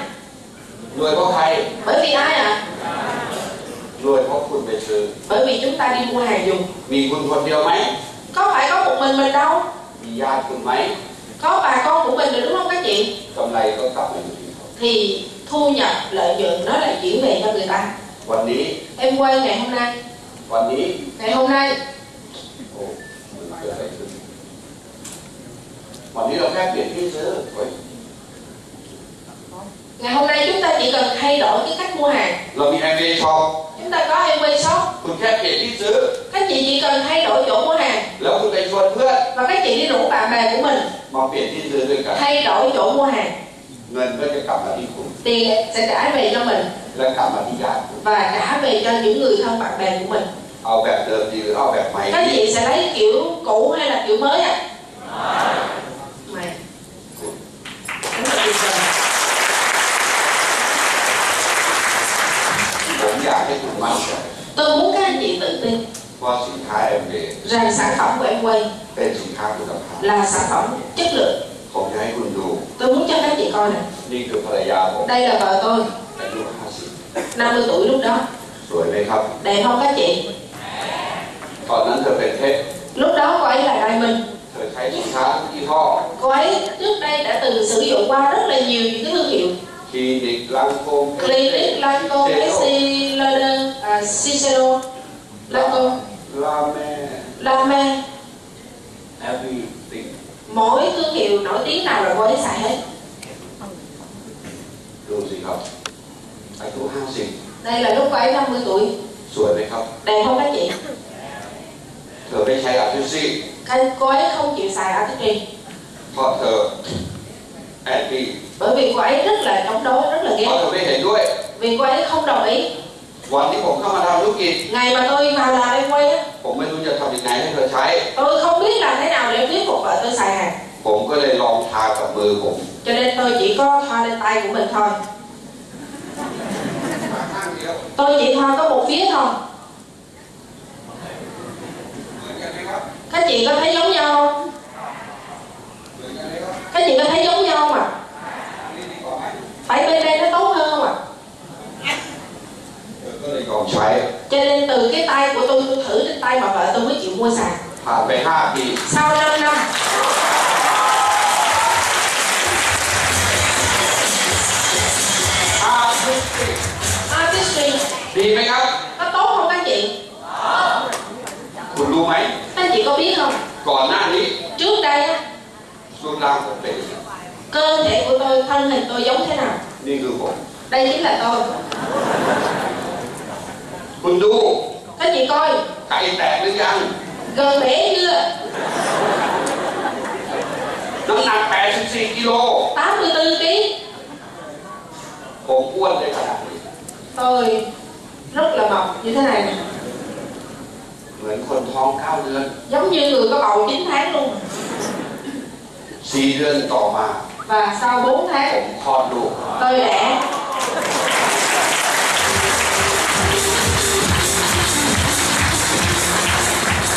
B: รวยเพราะใคร
C: bởi vì ai ạ à?
B: รวยเพราะคุณไปซื้อ
C: bởi vì chúng ta đi mua hàng dùng
B: มีคุณคนเดียวไหม
C: có phải có một mình mình đâu
B: มีญาติคุณไหม
C: có bà con của mình rồi đúng không các chị
B: กำไรก็กลับมาอยู่ที่เขา
C: thì thu nhập lợi nhuận nó lại chuyển về cho người ta
B: วันนี้
C: em quay ngày hôm nay
B: วันนี้
C: ngày hôm nay
B: โอ้มันเกิดอะไรขึ้นวันนี้เราแค่เปลี่ยนที่ซื้อเว้ย
C: ngày hôm nay chúng ta chỉ cần thay đổi cái cách mua hàng
B: เรามีแอร์เมชอป
C: chúng ta có Amway Shop
B: คุณแค่เปลี่ยนที่ซื้อ
C: các chị chỉ cần thay đổi chỗ mua hàng
B: แล้วคุณไปชวนเพื่อน
C: và các chị đi rủ bạn bè của mình
B: มาเปลี่ยนที่ซื้อด้วยกัน
C: thay đổi chỗ mua hàng
B: เงินก็จะกลับมาที่คุณ
C: tiền sẽ trả về cho mình
B: และกลับมาที่ญาติคุณ
C: và trả về cho những người thân bạn bè của mình
B: เอาแบบเดิมดีหรือเอาแบบใหม่
C: các
B: ดี
C: chị sẽ lấy kiểu cũ hay là kiểu mới ạ mày Đúng là tuyệt vời.
B: ผมอยากให้คุณมั่นใจ
C: tôi muốn các anh chị tự tin
B: ว่าสินค้าแอมเบ
C: rằng sản phẩm của em quay
B: เป็นสินค้าคุณภาพ
C: là sản phẩm chất lượng
B: ผมจะให้คุณดู
C: tôi muốn cho các chị coi nè
B: นี่คือภรรยาผม
C: đây là vợ tôi
B: อายุ50
C: 50 tuổi lúc đó
B: สวยไหมครับ
C: đẹp không các chị
B: ตอนนั้นเธอเป็นเพชร
C: lúc đó cô ấy là đài mình
B: เธอใช้สินค้าที่ห้อ
C: cô ấy trước đây đã từng sử dụng qua rất là nhiều những cái thương hiệu
B: คลินิกล้างโฟม
C: Clinic, Lanco, Messi, Lerner, à, Cicero, Lanco,
B: ลาแม่
C: Lame
B: แอปปี้ติง
C: Mỗi thương hiệu nổi tiếng nào là cô ấy xài hết
B: ดูสิครับ อายุ
C: Đây là lúc cô ấy 50 tuổi
B: 50 สวยไหมครับ
C: Đẹp không các chị?
B: เธอไม่ใช้อาทิซี่
C: Các- Cô ấy không chịu xài Artistry
B: เพราะเธอแอนตี้
C: Bởi vì cô ấy rất là chống đối, rất là
B: เพราะ
C: ghét
B: เธอไม่เห็นด้วย
C: Vì cô ấy không đồng ý
B: วันที่ผมเข้ามาทำธุรกิจ
C: Ngày mà tôi vào làm em quay á
B: ผมไม่รู้จะทำยังไงให้เธอใช้
C: Tôi không biết làm thế nào để thuyết phục vợ tôi xài hàng
B: ผมก็เลยลองทากับมือผม
C: Cho nên tôi chỉ có thoa lên tay của mình thôi
B: มาข้างเดียว
C: Tôi chỉ thoa có một phía thôi
B: เหมือนกันไหมครับ
C: Các chị có thấy giống nhau không?
B: เหมือนกันไหมครับ
C: Các chị có thấy giống nhau không ạ?
B: นี่ดีกว่าไหม
C: phải bên đây nó tốt hơn không ạ?
B: Tôi có thể còn chạy
C: Cho nên từ cái tay của tôi tôi thử trên tay mà vợ tôi mới chịu mua sạc.
B: ผ่านไป5ปี
C: Sau 5 năm,
B: 5
C: artistry
B: ปีดีไหมครับ
C: nó tốt không các chị?
B: คุณรู้ไหม
C: Các chị có biết không?
B: ก่อนหน้านี้
C: Trước đây á,
B: รูปร่างผมเป็นอย่างนี้
C: cơ thể của tôi, thân hình tôi giống thế nào?
B: นี่คือผม
C: Đây chính là tôi.
B: คุณดู
C: Các chị coi,
B: ไก่แตกหรือยัง
C: gần bể chưa?
B: น้ำหนัก 84 กิโล
C: 84 kg.
B: ผมอ้วนเลยขนาดนี้
C: Tôi rất là mập như thế này nè.
B: เหมือนคนท้อง 9 เดือน
C: Giống như người có bầu 9 tháng luôn.
B: 4 เดือนต่อมา
C: Và sau 4
B: ผ
C: tháng,
B: มคลอดลูก
C: tôi đẻ.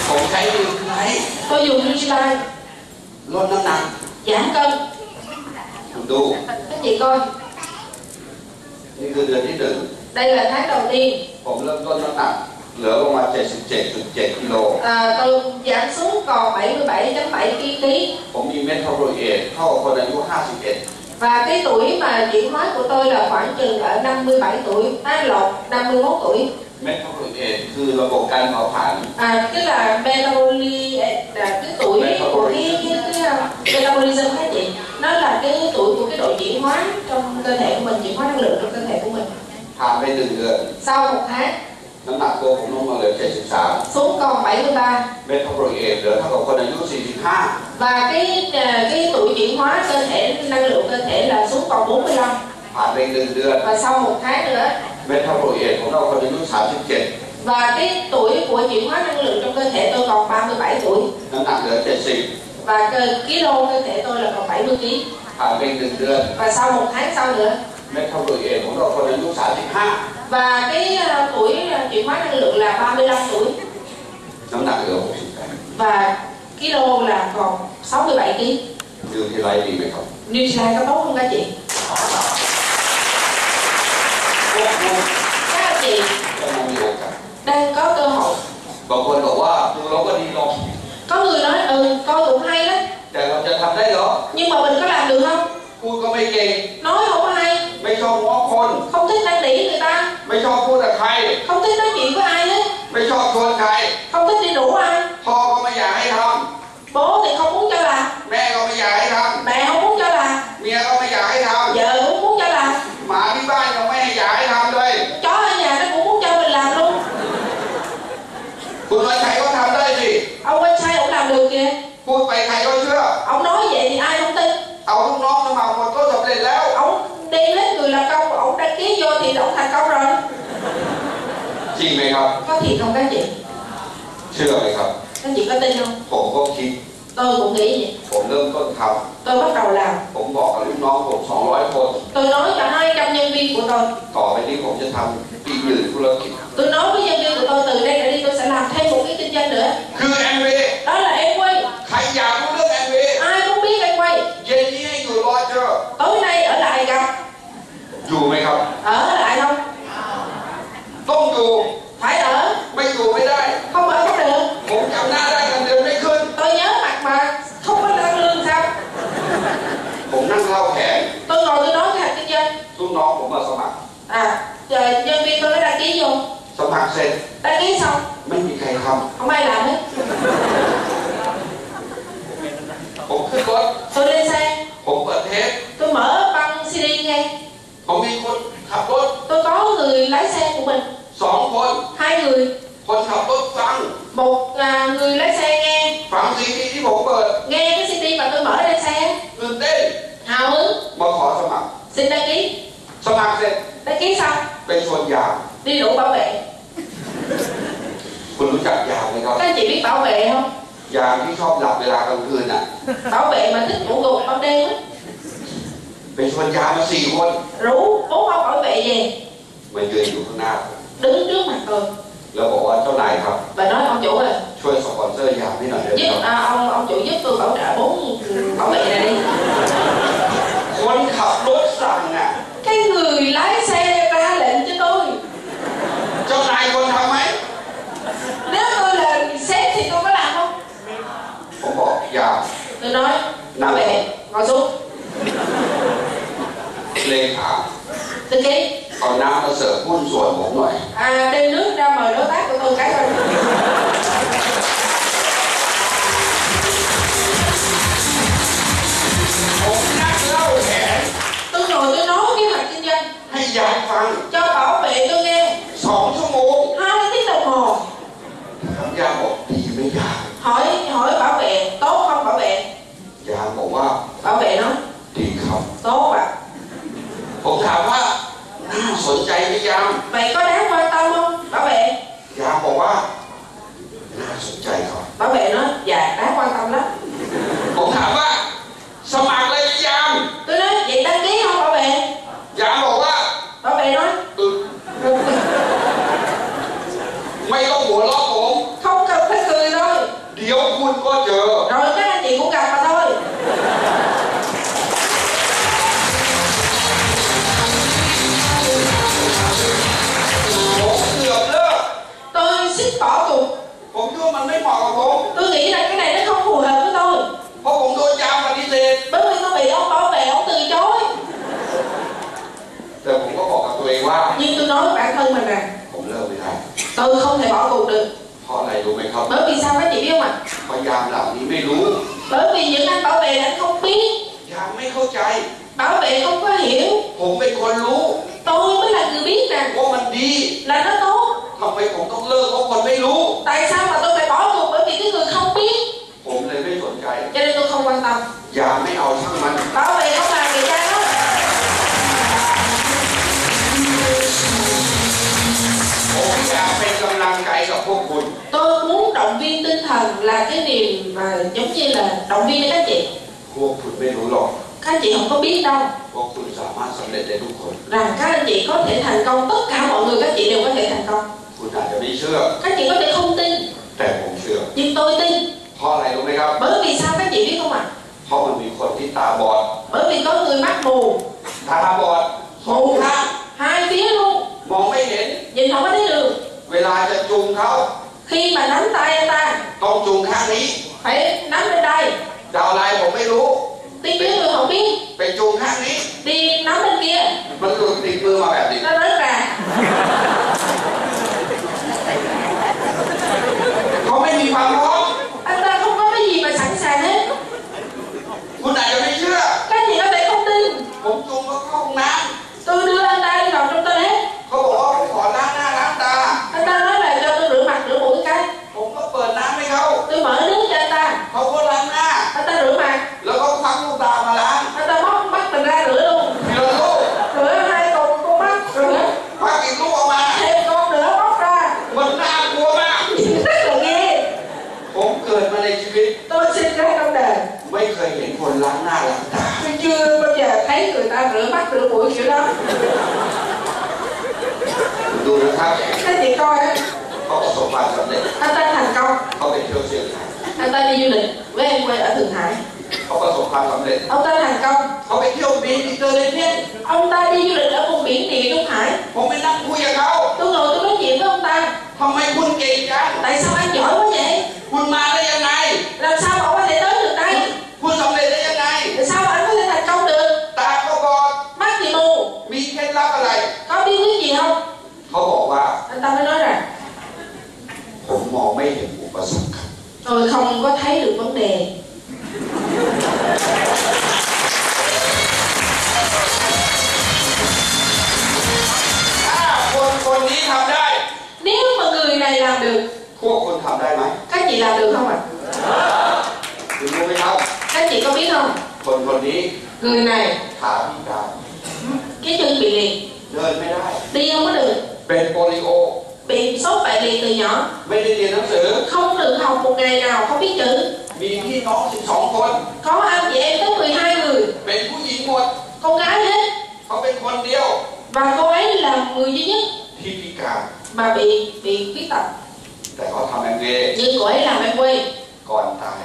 B: ผมใช้ดินไหน
C: Tôi dùng Invisalign
B: ลดน้ำหนัก
C: giảm cân.
B: คุณดู
C: Các chị coi,
B: นี่คือเดือนที่หนึ่ง
C: đây là tháng đầu tiên
B: ผมเริ่มต้นน้ำหนัก เหลือประมาณ 77.7 กิโล
C: À, tôi giảm xuống còn 77,7 kg
B: ผมมีเมทาโบเอทเท่ากับคนอายุ 51
C: và cái tuổi mà chuyển hóa của tôi là khoảng chừng ở 57 tuổi, à lộn 51 tuổi.
B: เมทาโบเอทคือระบบการเผาผลาญ
C: À, tức là metaboli à, cái tuổi của cái cái, cái, à, metabolism các chị nó là cái tuổi của cái độ chuyển hóa trong cơ thể của mình chuyển hóa năng lượng trong cơ thể của mình.
B: ผ่านไปหนึ่งเดือน
C: Sau một tháng
B: น้ำหนักตัวผมลงมาเหลือ 73
C: xuống còn 73
B: เมทาโบเอทเหลือเท่ากับคนอายุ 45
C: và cái à, cái tuổi chuyển hóa cơ thể năng lượng cơ thể là xuống còn 45
B: ผ่านไปหนึ่งเดือน
C: và sau một tháng nữa
B: เมทาโบเอทของเราคนอายุ
C: Và cái tuổi của chuyển hóa năng lượng trong cơ thể tôi còn 37 tuổi
B: 37 น้ำหนักเหลือ 70
C: Và cơ, ký lô cơ thể tôi là còn 70 kg
B: ผ่านไปหนึ่งเดือน
C: Và sau một tháng sau nữa
B: เมทาโบเอทของเราคนอายุ 35
C: Và cái à, tuổi à, chuyển hóa năng lượng là 35 tuổi
B: น้ำหนักเหลือ
C: Và ký lô là còn 67 kg
B: 68ดูทีไรดีไหมครับ
C: New Zealand có tốt không các chị?
B: พวกคุณ
C: Các anh chị
B: กำลังมีโอกาส
C: đang có cơ hội
B: บางคนบอกว่าดูเราก็ดีลง
C: Có người nói ừ coi cũng hay đó
B: แต่เราจะทำได้เหรอ
C: Nhưng mà mình có làm được không?
B: พูดก็ไม่เก่ง
C: Nói không có hay
B: ไม่ชอบง้อคน
C: Không thích năn nỉ người ta
B: ไม่ชอบพูดกับใคร
C: Không thích nói chuyện với ai hết
B: ไม่ชอบชวน
C: thì đủ ai
B: พ่อก็ไม่อยากให้ท
C: bố thì không muốn cho làm
B: ำแม่ก็ไม่อยากให้ท
C: mẹ không muốn cho làm
B: ำเมียก็ไม่อยากให้ท
C: vợ cũng muốn cho làm
B: ำหมาที่บ้านยังไม่ให้อยากให้ทำเลย
C: chó ở nhà nó cũng muốn cho mình làm luôn
B: คุณวันชัยก็ทำได้สิ
C: ông anh trai ông làm được kìa
B: พูดไปใครก็เชื่อ
C: ông nói vậy thì ai không tin
B: เอาลูกน้องสมัครหมดก็สำเร็จแล้ว
C: ông đi lấy người làm công ông đăng ký vô thì ông thành công rồi
B: จริงไหมครับ
C: có thiệt không các chị
B: เชื่อไหมครับ
C: các chị có tin không
B: ผมก็คิด
C: tôi cũng nghĩ vậy
B: ผมเริ่มต้นท
C: tôi bắt đầu làm
B: ำผมบอกกับลูกน้องผม200 คน
C: tôi nói cho hai trăm nhân viên của tôi
B: ต่อไปนี้ผมจะทำอีกหนึ่งธุรกิจ
C: tôi nói với nhân viên của tôi từ đây trở đi tôi sẽ làm thêm một cái kinh doanh nữa
B: คือแอนเวย์
C: đó là em quay
B: ใครอยากรู้เรื่องแอนเวย์
C: ai cũng biết em quay
B: เย็นนี้ให้อยู่รอเจอ
C: tối nay ở lại gặp
B: อยู่ไหมครับ
C: ở lại không
B: ต้องอยู่
C: phải ở
B: ไม่อยู่ไม่ได้
C: không ở không được
B: ผมจำหน้าได้กันเดือนไม่ขึ้น
C: tôi nhớ mặt mà không có tăng lương sao
B: ผมนั่งเล่าแขน
C: tôi ngồi tôi nói với hạt kinh doanh
B: ลูกน้องผมมาสมัคร
C: à giờ nhân viên tôi nó đăng ký vô
B: สมัครเสร็จ
C: đăng ký xong
B: ไม่มีใครท
C: không ai làm hết
B: ำผมขึ้นรถ
C: tôi lên xe
B: ผมเปิดเทป
C: tôi mở băng cd nghe
B: ผมมีคนขับรถ
C: tôi có người lái xe của mình
B: สองคน
C: hai người
B: คนขับรถฟัง
C: một à, người lái xe nghe
B: ฟังซีดีที่ผมเปิด
C: nghe cái cd mà tôi mở lên xe
B: ตื่นเต้น
C: hào hứng
B: มาขอสมัคร
C: xin đăng ký
B: สมัครเสร็จ
C: đăng ký xong
B: เป็นชวนยาม
C: đi đủ bảo vệ
B: คุณรู้จักยามไหมครับ
C: các anh chị biết bảo vệ không
B: ยามที่ชอบหลับเวลากลางคืนอ่ะ
C: bảo vệ mà thích ngủ gục ban đêm á
B: เป็นชวนยามมาสี่คน
C: rủ bốn ông bảo vệ về
B: มันยืนอยู่ข้างหน้า
C: đứng trước mặt tôi
B: แล้วบอกว่าเจ้านายครับ
C: và nói ông chủ ơi
B: ช่วยสปอนเซอร์ยามให้หน่อยได้ไหม
C: giúp
B: ครับ
C: à, ông ông chủ giúp tôi bảo trợ bốn bảo vệ này đi
B: คนขับรถสั่งอ่ะ
C: cái người lái xe ra lệnh cho tôi
B: เจ้านายคนทำไหม
C: nếu tôi là sếp thì tôi có làm không
B: ผมบอกยาม
C: tôi nói bảo vệ ngồi xuống
B: เลขาา
C: tôi ký
B: เอาน้ำมาเสิร์ฟหุ้นส่วนผมหน่อย
C: à, đem nước ra mời đối tác của tôi cái rồi
B: ผมนั่งเล่าแผน
C: tôi ngồi tôi nói kế hoạch kinh doanh
B: ให้ยายฟัง
C: cho bảo vệ tôi nghe
B: สองชั่วโมง
C: hai tiếng đồng hồ
B: ถามยามบอกดีไหมยาม
C: hỏi hỏi bảo vệ tốt không bảo vệ
B: ยามบอกว่า
C: bảo vệ nói
B: ดีครับ
C: tốt ạ
B: ผมถามว่าน่าสนใจไหมยาม
C: mày có đáng quan tâm không bảo vệ
B: ยามบอกว่าน่าสนใจครับ
C: bảo vệ nói dạ đáng quan tâm lắm
B: ผมถามว่า สมัครเลยไหมยาม
C: tôi nói vậy đăng ký không bảo vệ
B: ยามบอกว่า
C: bảo vệ nói
B: อึ๊บไม่ต้องหัวเราะผม
C: không cần phải cười thôi
B: เดี๋ยวคุณก็เจอ
C: rồi các anh chị cũng gặp mà thôi
B: ผมเกือบเลิก
C: tôi xích bỏ cuộc
B: ผมคิดว่ามันไม่เหมาะกับผม
C: tôi nghĩ là cái này nó không phù hợp với tôi
B: เพราะผมโดนยามปฏิเสธ
C: bởi vì tôi bị ông bảo vệ ông từ chối
B: แต่ผมก็บอกกับตัวเองว่า
C: nhưng tôi nói với bản thân mình rằng
B: ผมเลิกไม่ได้
C: tôi không thể bỏ cuộc được
B: เพราะอะไรรู้ไหมครับ
C: bởi vì sao các chị biết không ạ
B: เพราะยามเหล่านี้ไม่รู้
C: bởi vì những anh bảo vệ anh không biết
B: ยามไม่เข้าใจ
C: bảo vệ không có hiểu
B: ผมเป็นคนรู้
C: tôi mới là người biết nè
B: ว่ามันดี
C: là nó tốt
B: ทำไมผมต้องเลิกเพราะคนไม่รู้
C: tại sao mà tôi phải bỏ cuộc bởi vì cái người không biết
B: ผมเลยไม่สนใจ
C: cho nên tôi không quan tâm
B: ยามไม่เอาช่างมัน
C: bảo vệ không làm gì cả đó
B: ผมอยากเป็นกำลังใจกับพวกคุณ
C: tôi muốn động viên tinh thần là cái niềm mà giống như là động viên cho các chị
B: พวกคุณไม่รู้หรอก
C: các chị không có biết đâu
B: ว่าคุณสามารถสำเร็จได้ทุกคน
C: rằng các anh chị có thể thành công tất cả mọi người các chị đều có thể thành công
B: คุณอาจจะไม่เชื่อ
C: các chị có thể không tin
B: แต่ผมเชื่อ
C: nhưng tôi tin
B: เพราะอะไรรู้ไหมครับ
C: bởi vì sao các chị biết không ạ
B: เพราะมันมีคนที่ตาบอด
C: bởi vì có người mắt mù
B: ตาบอดสองข้าง
C: hai phía luôn
B: มองไม่เห็น
C: nhìn không có thấy đường
B: เวลาจะจูงเขา
C: khi mà nắm tay anh ta
B: ต้องจูงข้างนี้
C: phải nắm lên đây
B: ดาวลายผมไม่รู้
C: tiếng dưới người không biết
B: ไปจูงข้างนี้
C: đi nắm bên kia
B: มันหลุดติดมือมาแบบนี้
C: nó rớt ra
B: เขาไม่มี
C: chưa bao giờ thấy người ta rửa mắt rửa mũi kiểu đó
B: คุณดูนะครับ
C: thế chị coi á,
B: เขาประสบความสำเร็จ
C: anh ta thành công
B: เขาไปเที่ยวเชียงใหม่
C: anh ta đi du lịch với em quay ở thượng hải
B: เขาประสบความสำเร็จ
C: ông ta thành công
B: เขาไปเที่ยวบินอินเตอร์เนเนีย
C: ông ta đi du lịch ở vùng biển địa trung hải
B: ผมไปนั่งคุยกับเขา
C: tôi ngồi tôi nói chuyện với ông ta
B: ทำไมคุณเก่งจัง
C: tại sao anh giỏi quá vậy
B: คุณมาได้ยังไง
C: làm sao mà ông có thể tới được đây
B: คุณสำเร็จได้ยังไง
C: tại sao mà anh có thể thành công được
B: ตาเขาบอด
C: mắt thì mù
B: มีเคล็ดลับอะไร
C: có bí quyết gì không
B: เขาบอกว่า
C: anh ta mới nói rằng
B: ผมมองไม่เห็นอุปสรรคครับ
C: tôi không có thấy được vấn đề
B: ถ้าคนคนนี้ทำได้
C: nếu mà người này làm được
B: พวกคุณทำได้ไหม
C: các chị làm được không ạ
B: คุณรู้ไหมครับ
C: các chị có biết không
B: คนคนนี้
C: người này
B: ขาพิการ
C: cái chân bị liệt
B: เดินไม่ได้
C: đi không có được
B: เป็นโปลิโอ
C: bị sốt phải liệt từ nhỏ
B: ไม่ได้เรียนหนังสือ
C: không được học một ngày nào không biết chữ
B: มีพี่น้อง12 คน
C: có anh chị em tới 12 người
B: เป็นผู้หญิงหมด
C: con gái hết
B: เขาเป็นคนเดียว
C: và cô ấy là người duy nhất
B: ที่พิการ
C: mà bị bị khuyết tật
B: แต่เขาทำแอมเอ
C: nhưng cô ấy làm em quay
B: ก่อนตาย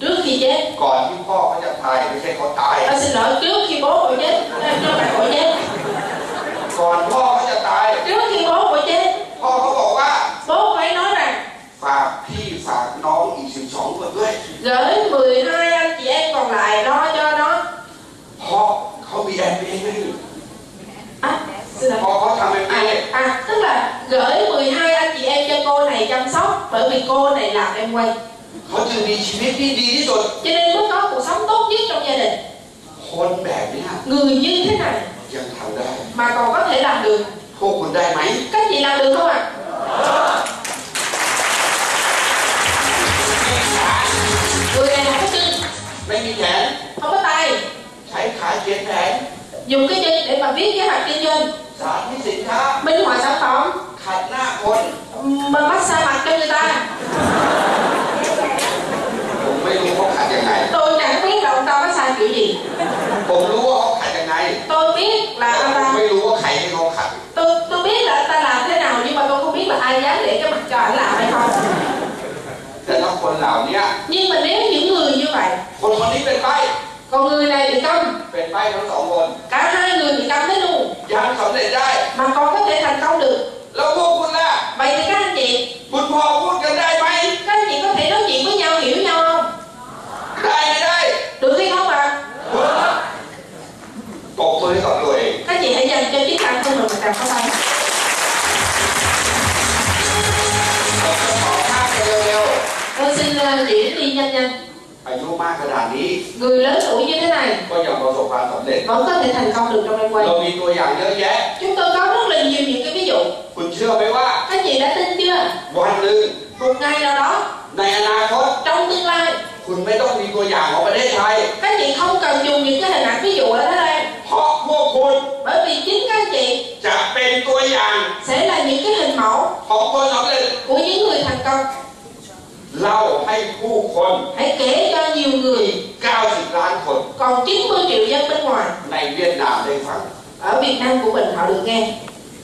C: trước khi chết
B: ก่อนที่พ่อเขาจะตายไม่ใช่เขาตาย
C: Ờ, xin lỗi trước khi bố của chết à, cho bạn của chết
B: ก่อนพ่อเขาจะตาย
C: trước khi bố của chết
B: พ่อเขาบอกว่า
C: bố phải nói rằng
B: ฝากพี่ฝากน้องอีก 12 คนด้วย
C: gửi 12 anh chị em còn lại lo cho nó
B: เพราะเขามีแอมเอ
C: à, xin lỗi
B: พอเขาทำแอมเอ
C: à, à tức là gửi 12 anh chị em cho cô này chăm sóc bởi vì cô này làm em quay
B: เขาจึงมีชีวิตที่ดีที่สุด
C: cho nên mới có cuộc sống tốt nhất trong gia đình
B: คนแบบเนี้ย
C: người như thế này
B: ยังทำได้
C: mà còn có thể làm được
B: พวกคุณได้ไหม
C: các chị làm được không ạ người này không có chân
B: ไม่มีแขน
C: không có tay
B: ใช้ขาเขียนแผน
C: dùng cái chân để mà viết kế hoạch kinh doanh
B: สารที่สินค้า
C: minh họa sản phẩm
B: ขัดหน้าคน
C: มาbắt xa mặt cho người ta
B: ผมไม่รู้เขาขัดยังไง
C: tôi chẳng biết là ông ta bắt xa kiểu gì
B: ผมรู้ว่าเขาขัดยังไง
C: tôi biết là
B: แต่ผ
C: ông
B: ม
C: ta
B: ไม่รู้ว่าใครให้เขาขัด
C: tôi tôi biết là ông ta làm thế nào nhưng mà tôi không biết là ai dám để cái mặt cho ảnh làm hay không
B: แต่ถ้าคนเหล่าเนี้ย
C: nhưng mà nếu những người như vậy
B: คนคนนี้เป็นใบ
C: còn người này bị câm
B: เป็นใบทั้งสองคน
C: cả hai người bị câm hết luôn
B: ยังสำเร็จได้
C: mà còn có thể thành công được
B: แล้วพวกคุณล่ะ
C: vậy thì các anh chị
B: คุณพอพูดกันได้ไหม
C: các anh chị có thể nói chuyện với nhau hiểu nhau không
B: ได้ไม่ได้
C: được hay không ạ
B: ตบมือให้กับตัวเอง
C: các chị hãy dành cho chiếc khăn cho mình một tràng pháo tay
B: ตบมือขอข้างไปเร็ว
C: tôi xin ờ, chị đi nhanh nhanh
B: ๆอายุมากขนาดนี้
C: người lớn tuổi như thế này
B: ก็ยังประสบความสำเร็จ
C: vẫn có thể thành công được trong em quay
B: เรามีตัวอย่างเยอะแยะ
C: Chúng tôi có rất là nhiều những cái ví dụ
B: คุณเชื่อไหมว่า
C: Các chị đã tin chưa?
B: วันหนึ่ง
C: Một ngày nào đó,
B: ในอนาคต
C: trong tương lai
B: คุณไม่ต้องมีตัวอย่างของประเทศไทย
C: Các chị không cần dùng những cái hình ảnh ví dụ ở đó đây
B: เพราะพวกคุณ
C: Bởi vì chính các chị
B: จะเป็นตัวอย่าง
C: sẽ là những cái hình mẫu
B: ของคนสำเร็จ
C: của những người thành công
B: เล่าให้ผู้คน
C: Hãy kể cho nhiều người
B: 90 ล้านคน
C: Còn 90 triệu dân bên ngoài
B: ในเวียดนามได้ฟัง
C: Ở Việt Nam của mình họ được nghe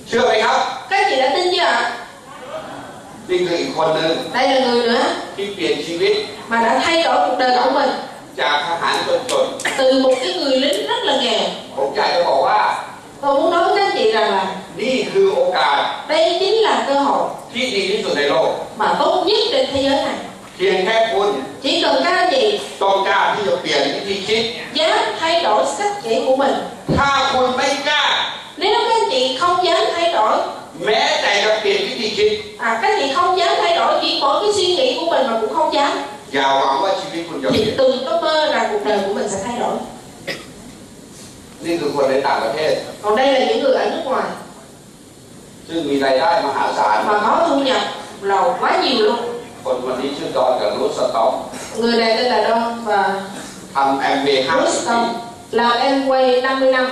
B: เชื่อไหมครับ
C: Các chị đã tin chưa ạ?
B: นี่คืออีกคนหนึ่ง
C: Đây là người nữa
B: ที่เปลี่ยนชีวิต
C: Mà đã thay đổi cuộc đời của mình
B: จากทหารจน
C: Từ một cái người lính rất là nghèo
B: ๆผมอยากจะบอกว่า
C: Tôi muốn nói với các chị rằng là
B: นี่คือโอกาส
C: Đây chính là cơ hội
B: ที่ดีที่สุดในโลก
C: mà tốt nhất trên thế giới này
B: เพียงแค่คุณ
C: Chỉ cần các anh chị
B: ต้องกล้าที่จะเปลี่ยนวิธีคิด
C: dám thay đổi cách nghĩ của mình
B: ถ้าคุณไม่กล้า
C: nếu các anh chị không dám thay đổi
B: แม้แต่จะเปลี่ยนวิธีคิด
C: à các anh chị không dám thay đổi chỉ mỗi cái suy nghĩ của mình mà cũng không dám
B: อย่าหวังว่าชีวิตคุณจะเปลี่ย
C: thì
B: น
C: đừng có mơ rằng cuộc đời của mình sẽ thay đổi
B: นี่คือคนในต่างประเทศ
C: còn đây là những người ở nước ngoài
B: ซึ่งมีรายได้มหาศาล
C: mà có thu nhập là quá nhiều luôn
B: คนวันนี้ชื่อดอนกับรูสตอม
C: người này tên là Don và
B: ทำแอมเบย์ห้าสิบ
C: Bruce
B: ปี
C: Don làm em quay 50 năm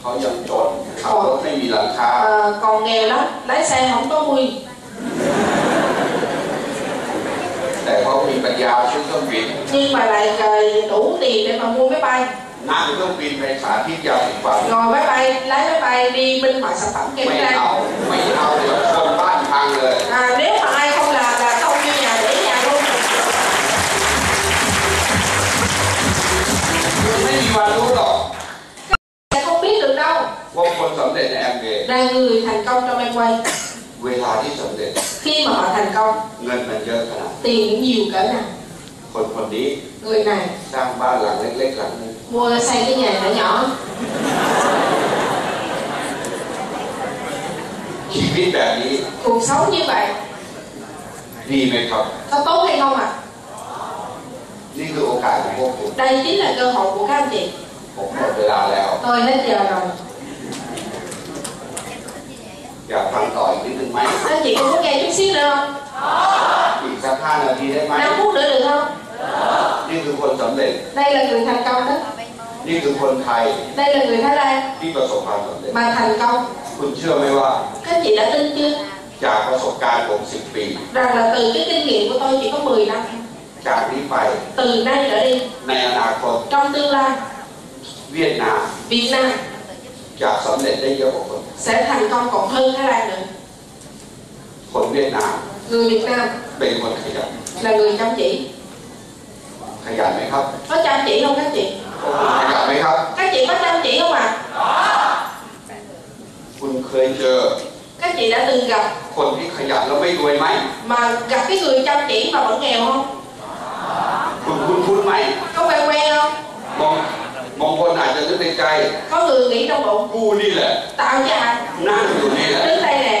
B: เขายังจนขับรถไม่มีหลังคา
C: Ờ, còn nghèo lắm lái xe không có vui
B: แต่เขามีปัญญาซื้อเครื่องบิน
C: nhưng mà lại ờ, đủ tiền để mà mua máy bay
B: นั่งเครื่องบินไปสาธิตยาสีฟัน
C: ngồi máy bay lái máy bay đi bên mọi sản phẩm kem
B: ไม่
C: trang
B: เอาไม่เอาเดี๋ยวคนบ้านพังเลย
C: à, nếu mà ai không làm là không như nhà để nhà luôn
B: คุณไม่มีวันรู้หรอก
C: Sẽ không biết được đâu
B: ว่าคนสำเร็จในแอมเบย์
C: là người thành công trong em quay
B: เวลาที่สำเร็จ
C: khi mà họ thành công
B: เงินมันเยอะขนาด
C: tiền cũng nhiều cỡ nào
B: คนคนนี้
C: người này
B: สร้างบ้านหลังเล็กๆหลังนึง
C: mua xây cái nhà nhỏ nhỏ
B: ชีวิตแบบนี้
C: cuộc sống như vậy
B: ดีไหมครับ
C: có tốt hay không ạ
B: นี่คือโอกาสของพวกคุณ
C: đây chính là cơ hội của các anh chị
B: ผมหมดเวลาแล้ว
C: tôi hết giờ rồi
B: อยากฟังต่ออีกนิดนึงไหม
C: anh chị cũng có nghe chút xíu nữa không
B: อีกสักห้านาทีได้ไหม
C: năm phút nữa được không
B: นี่คือคนสำเร็จ
C: đây là người thành công đó
B: นี่คือคนไทย
C: đây là người thái lan
B: ที่ประสบความสำเร็จ
C: mà thành công
B: คุณเชื่อไหมว่า
C: các anh chị đã tin chưa
B: จากประสบการณ์ผมสิบปี
C: rằng là từ cái kinh nghiệm của tôi chỉ có 10 năm
B: จากนี้ไป
C: từ nay trở đi
B: ในอนาคต
C: trong tương lai
B: เวียดนาม
C: Việt Nam
B: จะสำเร็จได้เยอะกว่าคน
C: sẽ thành công còn hơn Thái Lan nữa
B: คนเวียดนาม
C: người Việt Nam
B: เป็นคนขยัน
C: là người chăm chỉ
B: ขยันไหมครับ
C: có chăm chỉ không các chị
B: พวกคุณขยันไหมครับ
C: các chị có chăm chỉ không ạ à?
B: คุณเคยเจอ
C: các chị đã từng gặp
B: คนที่ขยันแล้วไม่รวยไหม
C: mà gặp cái người chăm chỉ mà vẫn nghèo không
B: คุณคุ้นคุ้นไหม
C: có quen quen không
B: มองมองคนอาจจะนึกในใจ
C: có người nghĩ trong bụng
B: กูนี่แหละ
C: tạo ra
B: นั่งอยู่นี่แหละ
C: đứng đây nè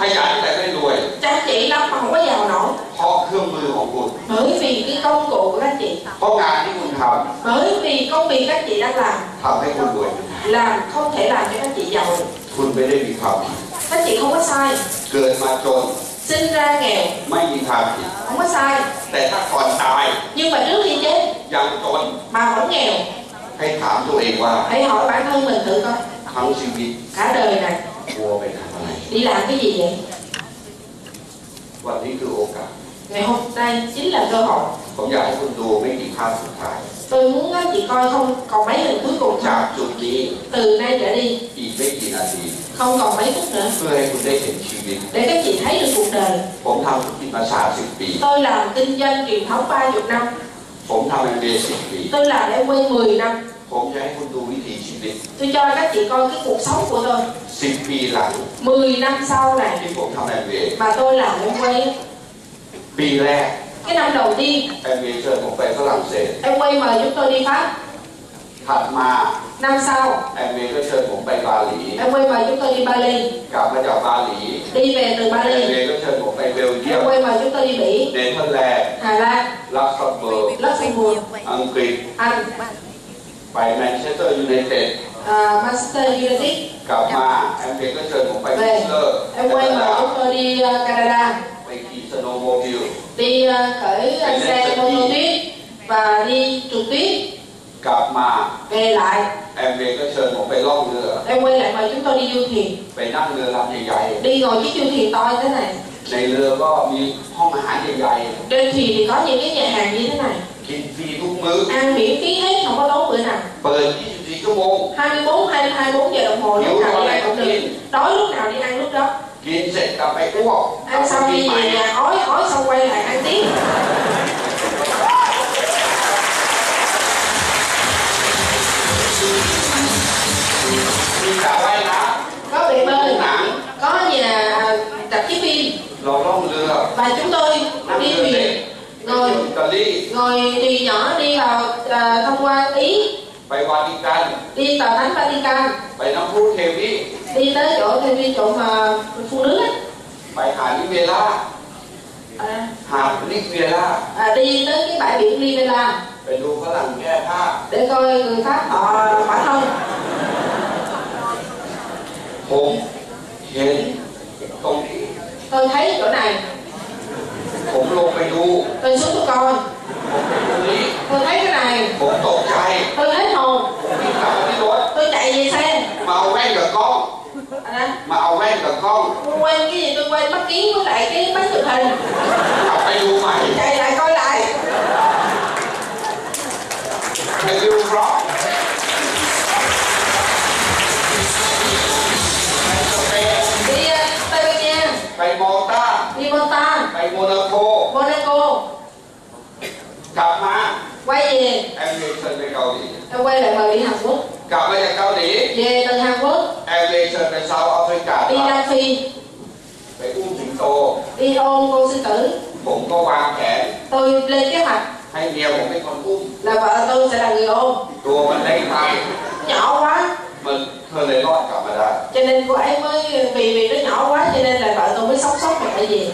B: ขยันแต่ไม่รวย
C: chăm chỉ lắm mà không có giàu nổi
B: เพราะเครื่องมือของคุณ
C: bởi vì cái công cụ của các chị
B: เพราะงานที่คุณท
C: bởi vì công việc các chị đang làm
B: ำทำให้คุณรวย
C: làm không thể làm cho các chị giàu được.
B: คุณไม่ได้มีความผิด
C: các chị không có sai
B: เกิดมาจน
C: sinh ra nghèo
B: ไม่มีความผิด
C: không có sai
B: แต่ถ้าก่อนตาย
C: nhưng mà trước khi chết
B: ยังจน
C: mà vẫn nghèo
B: ให้ถามตัวเองว่า
C: hãy hỏi bản thân mình thử coi
B: ทั้งชีวิต
C: cả đời này
B: วัวไปทำอะไร
C: đi làm cái gì vậy
B: วันนี้คือโอกาส
C: ngày hôm nay chính là cơ hội
B: ผมอยากให้คุณดูไม่กี่ภาพสุดท้าย
C: tôi muốn á, chị coi không còn mấy lần cuối cùng
B: จาก
C: thôi
B: จุดนี้
C: từ nay trở đi
B: อีกไม่กี่นาที
C: không còn mấy phút nữa
B: เพื่อให้คุณได้เห็นชีวิต
C: để các chị thấy được cuộc đời
B: ผมทำธุรกิจมา30ปี
C: tôi làm kinh doanh truyền thống 30 năm
B: ผมทำเอ็มบีสิบปี
C: tôi làm em quay 10 năm
B: ผมจะให้คุณดูวิถีชีวิต
C: tôi cho các chị coi cái cuộc sống của tôi
B: 10 ปีหลัง
C: 10 năm sau này
B: ที่ผมทำเอ็มบี
C: mà tôi làm em quay
B: ปีแรก
C: cái năm đầu tiên
B: เอ็มบีเชิญผมไปฝรั่งเศส
C: em quay mời chúng tôi đi pháp
B: ถัดมา
C: năm sau
B: แอมเมย์ก็เชิญผมไปบาหลี
C: em quay mời chúng tôi đi bali
B: กลับมาจากบาหลี
C: đi về từ
B: แอม
C: bali
B: เมย์ก็เชิญผมไปเบลเยียม
C: em quay mời chúng tôi đi bỉ
B: เนเธอร์แลนด์
C: hà lan
B: ลักเซมเบิร์ก
C: luxembourg
B: อังกฤษ
C: anh
B: ไปแมนเชสเตอร์ยูไนเต็ด
C: à, master united
B: กลับมาแอมเมย์ก็เชิญผมไปวิสเลอร์
C: em quay mời chúng tôi đi ờ, canada
B: ไปขี่สโนว์โมบิล
C: đi ờ, cởi ờ, xe mô tô tuyết và đi trượt tuyết
B: กลับมา
C: về lại
B: แอมเมย์ก็เชิญผมไปล่องเรือ
C: em quay lại mời chúng tôi đi du thuyền
B: ไปนั่งเรือลำใหญ่
C: đi ngồi chiếc du thuyền to như thế này
B: ๆ ในเรือก็มีห้องอาหารใหญ่
C: trên thuyền thì có những cái nhà hàng như thế này
B: ๆ กินฟรีทุกมื้อ
C: ăn miễn phí hết không có tốn bữa nào
B: เปิด 24 ชั่วโมง
C: 24 hay 24 giờ đồng hồ lúc nào đi ăn cũng được đói lúc nào đi ăn lúc đó
B: กินเสร็จกลับไปอ้วกกลับ
C: ăn
B: มา
C: xong
B: กิน
C: đi
B: ใหม่
C: về nhà ói ói xong quay lại ăn tiếp
B: มีสระว่ายน้
C: có bể
B: ำ
C: bơi
B: หนัง
C: có nhà à, tập chiếc phim
B: เราล่องเรือ
C: và chúng tôi
B: นั่ง
C: đi
B: เรือเล็ก
C: thuyền
B: ไปเที่ยวอิตาลี
C: ngồi thuyền nhỏ đi vào à, thông qua ý
B: ไปวาติกัน
C: đi tòa thánh Vatican
B: ไปน้ำพุเทวี
C: đi tới chỗ theo đi chỗ mà phụ nữ ấy.
B: ไปหาดนิเวล่า
C: À,
B: หาดนิเวล่า
C: à, đi tới cái bãi biển Livella
B: ไปดูฝรั่งแก้ผ้า
C: để coi người Pháp họ phải không
B: ผมเห็นตรงนี้
C: tôi thấy chỗ này
B: ผมลงไปดู
C: tôi xuống tôi coi
B: ผมไปดูนี้
C: tôi thấy cái này
B: ผมตกใจ
C: tôi hết hồn
B: ผมวิ่งกลับมาที่รถ
C: tôi chạy về xe
B: มาเอาแว่นกับกล้อง
C: à,
B: มาเอาแว่นกับกล้อง
C: tôi quay cái gì tôi quay mắt kiến với lại cái máy chụp hình
B: เอาไปดูใหม่
C: chạy lại coi lại
B: ไปดูบล็อกไปสเปน
C: đi ờ, tây ban nha
B: ไปมอลตา
C: đi Malta
B: ไปโมนาโก
C: monaco
B: กลับมา
C: quay về
B: แอมเลชันไปเกาหลี
C: em quay lại bờ đi hàn quốc
B: กลับมาจากเกาหลี
C: về từ hàn quốc
B: แอมเลชันไปเซาท์แอฟริกา
C: đi nam phi
B: ไปอุ้มสิงโต
C: đi ôn cô sư tử
B: ผมก็วางแผน
C: tôi lên kế hoạch
B: ให้เมียผมเป็นคนอุ้ม
C: là vợ tôi sẽ là người ôn
B: ตัวมันเล็กไป
C: nhỏ quá
B: มันเธอเลยรอดกลับมาได้
C: cho nên cô ấy mới vì vì nó nhỏ quá cho nên là vợ tôi mới sốc sốc mà phải về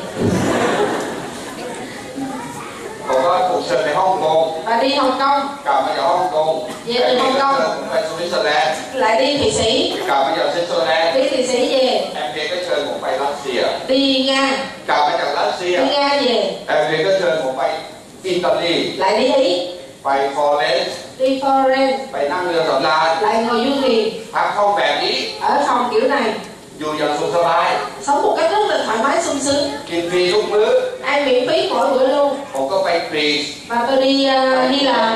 B: ผมก็ถูกเชิญไปฮ่องกง
C: và đi hồng kông
B: กลับมาจากฮ่องกง
C: เย้ไปฮ่องกง
B: ผมไปสวิตเซอร์แลนด์
C: lại đi thụy sĩ
B: กลับมาจากสวิตเซอร์แลนด์
C: đi thụy sĩ về
B: แอมเบก็เชิญผมไปรัสเซีย
C: đi nga
B: กลับมาจากรัสเซีย
C: đi nga về
B: แอมเบก็เชิญผมไปอิตาลี
C: lại đi ý
B: ไปฟลอเรนซ์
C: đi foreign
B: ไปนั่งเรือสำราญ
C: lại ngồi du thuyền
B: พักห้องแบบนี้
C: ở phòng kiểu này
B: อยู่อย่างสุขสบาย
C: sống một cách rất là thoải mái sung sướng
B: กินฟรีทุกมื้อ
C: ăn miễn phí mỗi bữa luôn
B: ผมก็ไปกรีซ
C: và tôi đi ờ, hy
B: ไป
C: lạp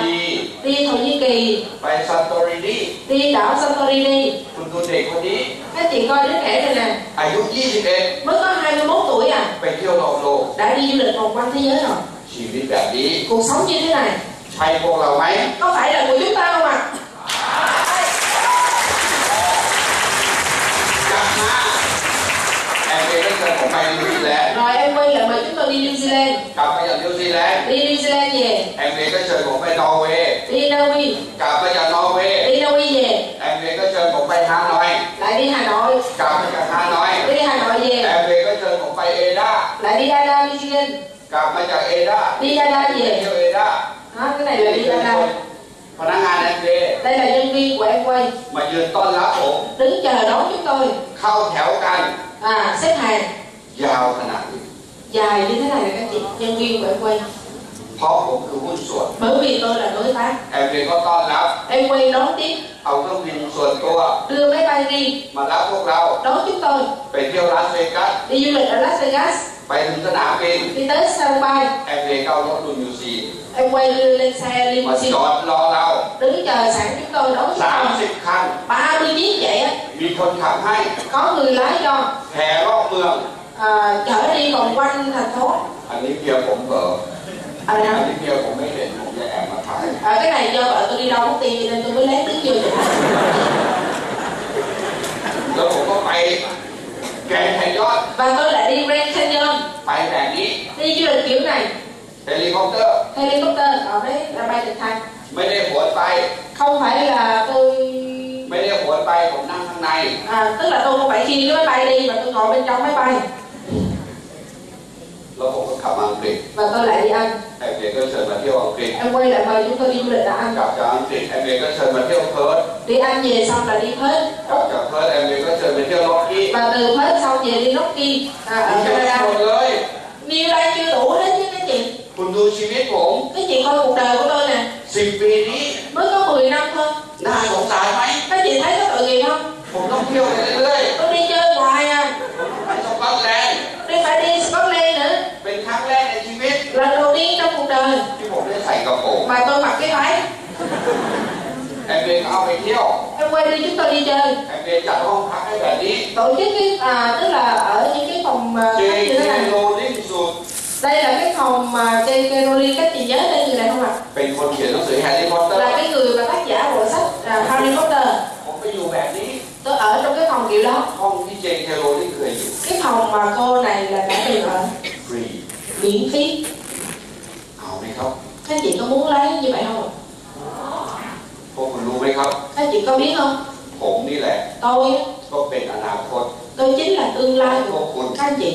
C: đi thổ nhĩ kỳ
B: ไปซานโตรินี
C: đi đảo santorini
B: คุณดูเด็กคนนี้
C: các chị coi đứa trẻ này nè
B: อายุ 21
C: mới có 21 tuổi à
B: ไปเที่ยวรอบโลก
C: đã đi du lịch vòng quanh thế giới rồi
B: ชีวิตแบบนี้
C: cuộc sống như thế này
B: ใช่พวกเราไหม
C: có phải là của chúng ta không ạ
B: กลับมาแอนเดก็เชิญผมไปนิวซีแลนด์
C: rồi em quay lại mời chúng tôi đi New Zealand
B: กลับมาจากนิวซีแลนด์
C: đi New Zealand về
B: แอนเดก็เชิญผมไปนอร์เวย์
C: đi Na Uy
B: กลับมาจากนอร์เวย์
C: đi Na Uy về
B: แอนเดก็เชิญผมไปฮานอย
C: lại đi Hà Nội
B: กลับมาจากฮานอย
C: đi Hà Nội
B: แอ
C: về
B: นเดก็เชิญผมไปเอดา
C: lại đi Đa New Zealand
B: กลับมาจากเอดา
C: đi Đa
B: ไป
C: về
B: เที่ยวเอดา
C: đó cái này là đi Đa
B: พนักงานแอนเด
C: đây là nhân viên của em quay
B: มายืนต้อนรับผม
C: đứng chờ đón chúng tôi
B: เข้าแถวกัน
C: à xếp hàng
B: ยาวขนาดนี้
C: dài như thế này là các chị nhân viên của em quay
B: เพราะผมคือหุ้นส่วน
C: bởi vì tôi là đối tác
B: แอมเบก็ต้อนรับ
C: em quay đón tiếp
B: เอาเครื่องบินส่วนตัว
C: đưa máy bay đi
B: มารับพวกเรา
C: đón chúng tôi
B: ไปเที่ยวลาสเวกัส
C: đi du lịch ở Las Vegas
B: ไปถึงสนามบิน
C: đi tới sân bay
B: แอมเบก็เอารถดูยูซี
C: em quay lên xe
B: มาจ
C: limousine
B: อดรอเรา
C: đứng chờ sẵn chúng tôi đón chúng tôi
B: 30 คัน
C: 30 chiếc vậy á,
B: มีคนขับให้
C: có người lái cho
B: แห่รอบเมือง
C: à, chở đi vòng quanh thành phố
B: อันนี้เมียผมเบอ
C: à,
B: อัน
C: nè,
B: นี้เมียผมไม่เห็นผมจะแอบมาถ่าย
C: à, cái này do vợ tôi đi đâu mất tiền cho nên tôi mới lén đứng vô chụp.
B: แล้วผมก็ไปแกรนด์ไทยอด
C: và tôi lại đi Grand Canyon
B: ไปแบบนี้
C: đi du lịch kiểu này
B: เฮลิคอปเตอร์
C: helicopter đó đấy là bay trực thăng
B: ไม่ได้โหนไป
C: không phải là tôi
B: ไม่ได้โหนไปผมนั่งข้างใน
C: à, tức là tôi không phải khiêng cái máy bay đi mà tôi ngồi bên trong máy bay
B: แล้วผมก็ขับมาอังกฤษ
C: và tôi lại đi Anh
B: แอมเบก็เชิญมาเที่ยวอังกฤษ
C: em quay lại mời chúng tôi đi du lịch ở
B: ก
C: Anh
B: ลับจากอังกฤษแอมเบก็เชิญมาเที่ยวเพิร์ท
C: đi Anh về xong là đi Perth
B: กลับจากเพิร์ทแอมเบก็เชิญไปเที่ยวล็อกกี้
C: và từ Perth xong về đi Rocky à,
B: คุณ
C: ở
B: เชิญไป
C: Canada
B: หมดเลย
C: New đây chưa đủ hết chứ các chị
B: คุณดูชีวิตผม
C: Các chị coi cuộc đời của tôi nè
B: 10 ปีนี้
C: Mới có 10 năm thôi
B: น่าสงสารไหม
C: Các chị thấy có tội nghiệp không?
B: ผมต้องเที่ยวไปเรื่อย
C: Tôi đi chơi hoài à
B: ๆไปสกอตแลนด์
C: Đi phải đi Scotland nữa
B: เป็นครั้งแรกในชีวิต
C: Lần đầu tiên trong cuộc đời
B: ที่ผมได้ใส่กระโปรง
C: Mà tôi mặc cái váy
B: แอมเบก็เอาไปเที่ยว
C: Em quay đi chúng tôi đi chơi
B: แอมเบจัดห้องพักให้แบบนี้
C: Tổ chức cái, à, tức là ở những cái phòng à,
B: เจ
C: khách
B: เจ
C: như thế này
B: โรลลิ่งสุด
C: Đây là cái phòng mà J.K. Rowling các chị nhớ đây người này không ạ?
B: เป็นคนเขียนหนังสือแฮร์รี่พอตเตอ
C: Là
B: ร์
C: cái người mà tác giả bộ sách à, Harry Potter
B: ผมไปอยู่แบบนี้
C: Tôi ở trong cái phòng kiểu đó
B: ห้องที่เจเจโรลลิ่งเคยอยู่
C: Cái phòng mà cô này là đã từng ở
B: ฟรี
C: miễn phí
B: เอาไหมครับ
C: Các chị có muốn lấy như vậy không ạ?
B: พวกคุณรู้ไหมครับ
C: Các chị có biết không?
B: ผมนี่แหละ
C: Tôi á,
B: ก็เป็นอนาคต
C: tôi chính là tương lai
B: พว
C: của
B: กคุณ
C: các anh chị.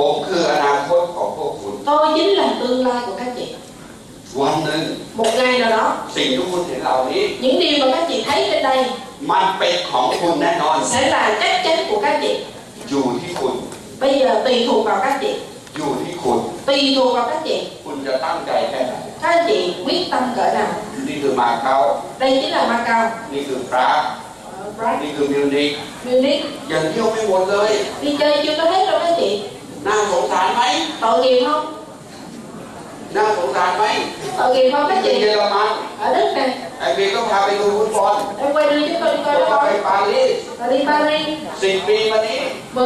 B: ผมคืออนาคตของพวกคุณ
C: Tôi chính là tương lai của các chị.
B: วันหนึ่ง
C: Một ngày nào đó,
B: สิ่งที่คุณเห็นเหล่านี้
C: những điều mà các chị thấy trên đây
B: มันเป็นของคุณแน่นอน
C: sẽ là chắc chắn của các chị.
B: อยู่ที่คุณ
C: Bây giờ tùy thuộc vào các chị,
B: อยู่ที่คุณ
C: tùy thuộc vào các chị.
B: คุณจะตั้งใจแค่ไหน
C: Các anh chị quyết tâm cỡ nào.
B: นี่คือมาเก๊า
C: Đây chính là Macau,
B: นี่คือปราก
C: ờ, Bright
B: นี่คือมิวนิก
C: Munich
B: ยังเที่ยวไม่หมดเลย
C: đi chơi chưa có hết đâu đó chị
B: น่าสงสารไหม
C: tội nghiệp không
B: น่าสงสารไหม
C: tội nghiệp không các
B: ที่เย
C: chị
B: อรมัน
C: ở Đức này
B: ไอเบก็พาไปดูฟุตบอล
C: em quay đi chúng tôi đi
B: แล้ว
C: coi
B: ก็ไป
C: đó
B: ปารีส
C: và đi Paris
B: สิบปีมานี้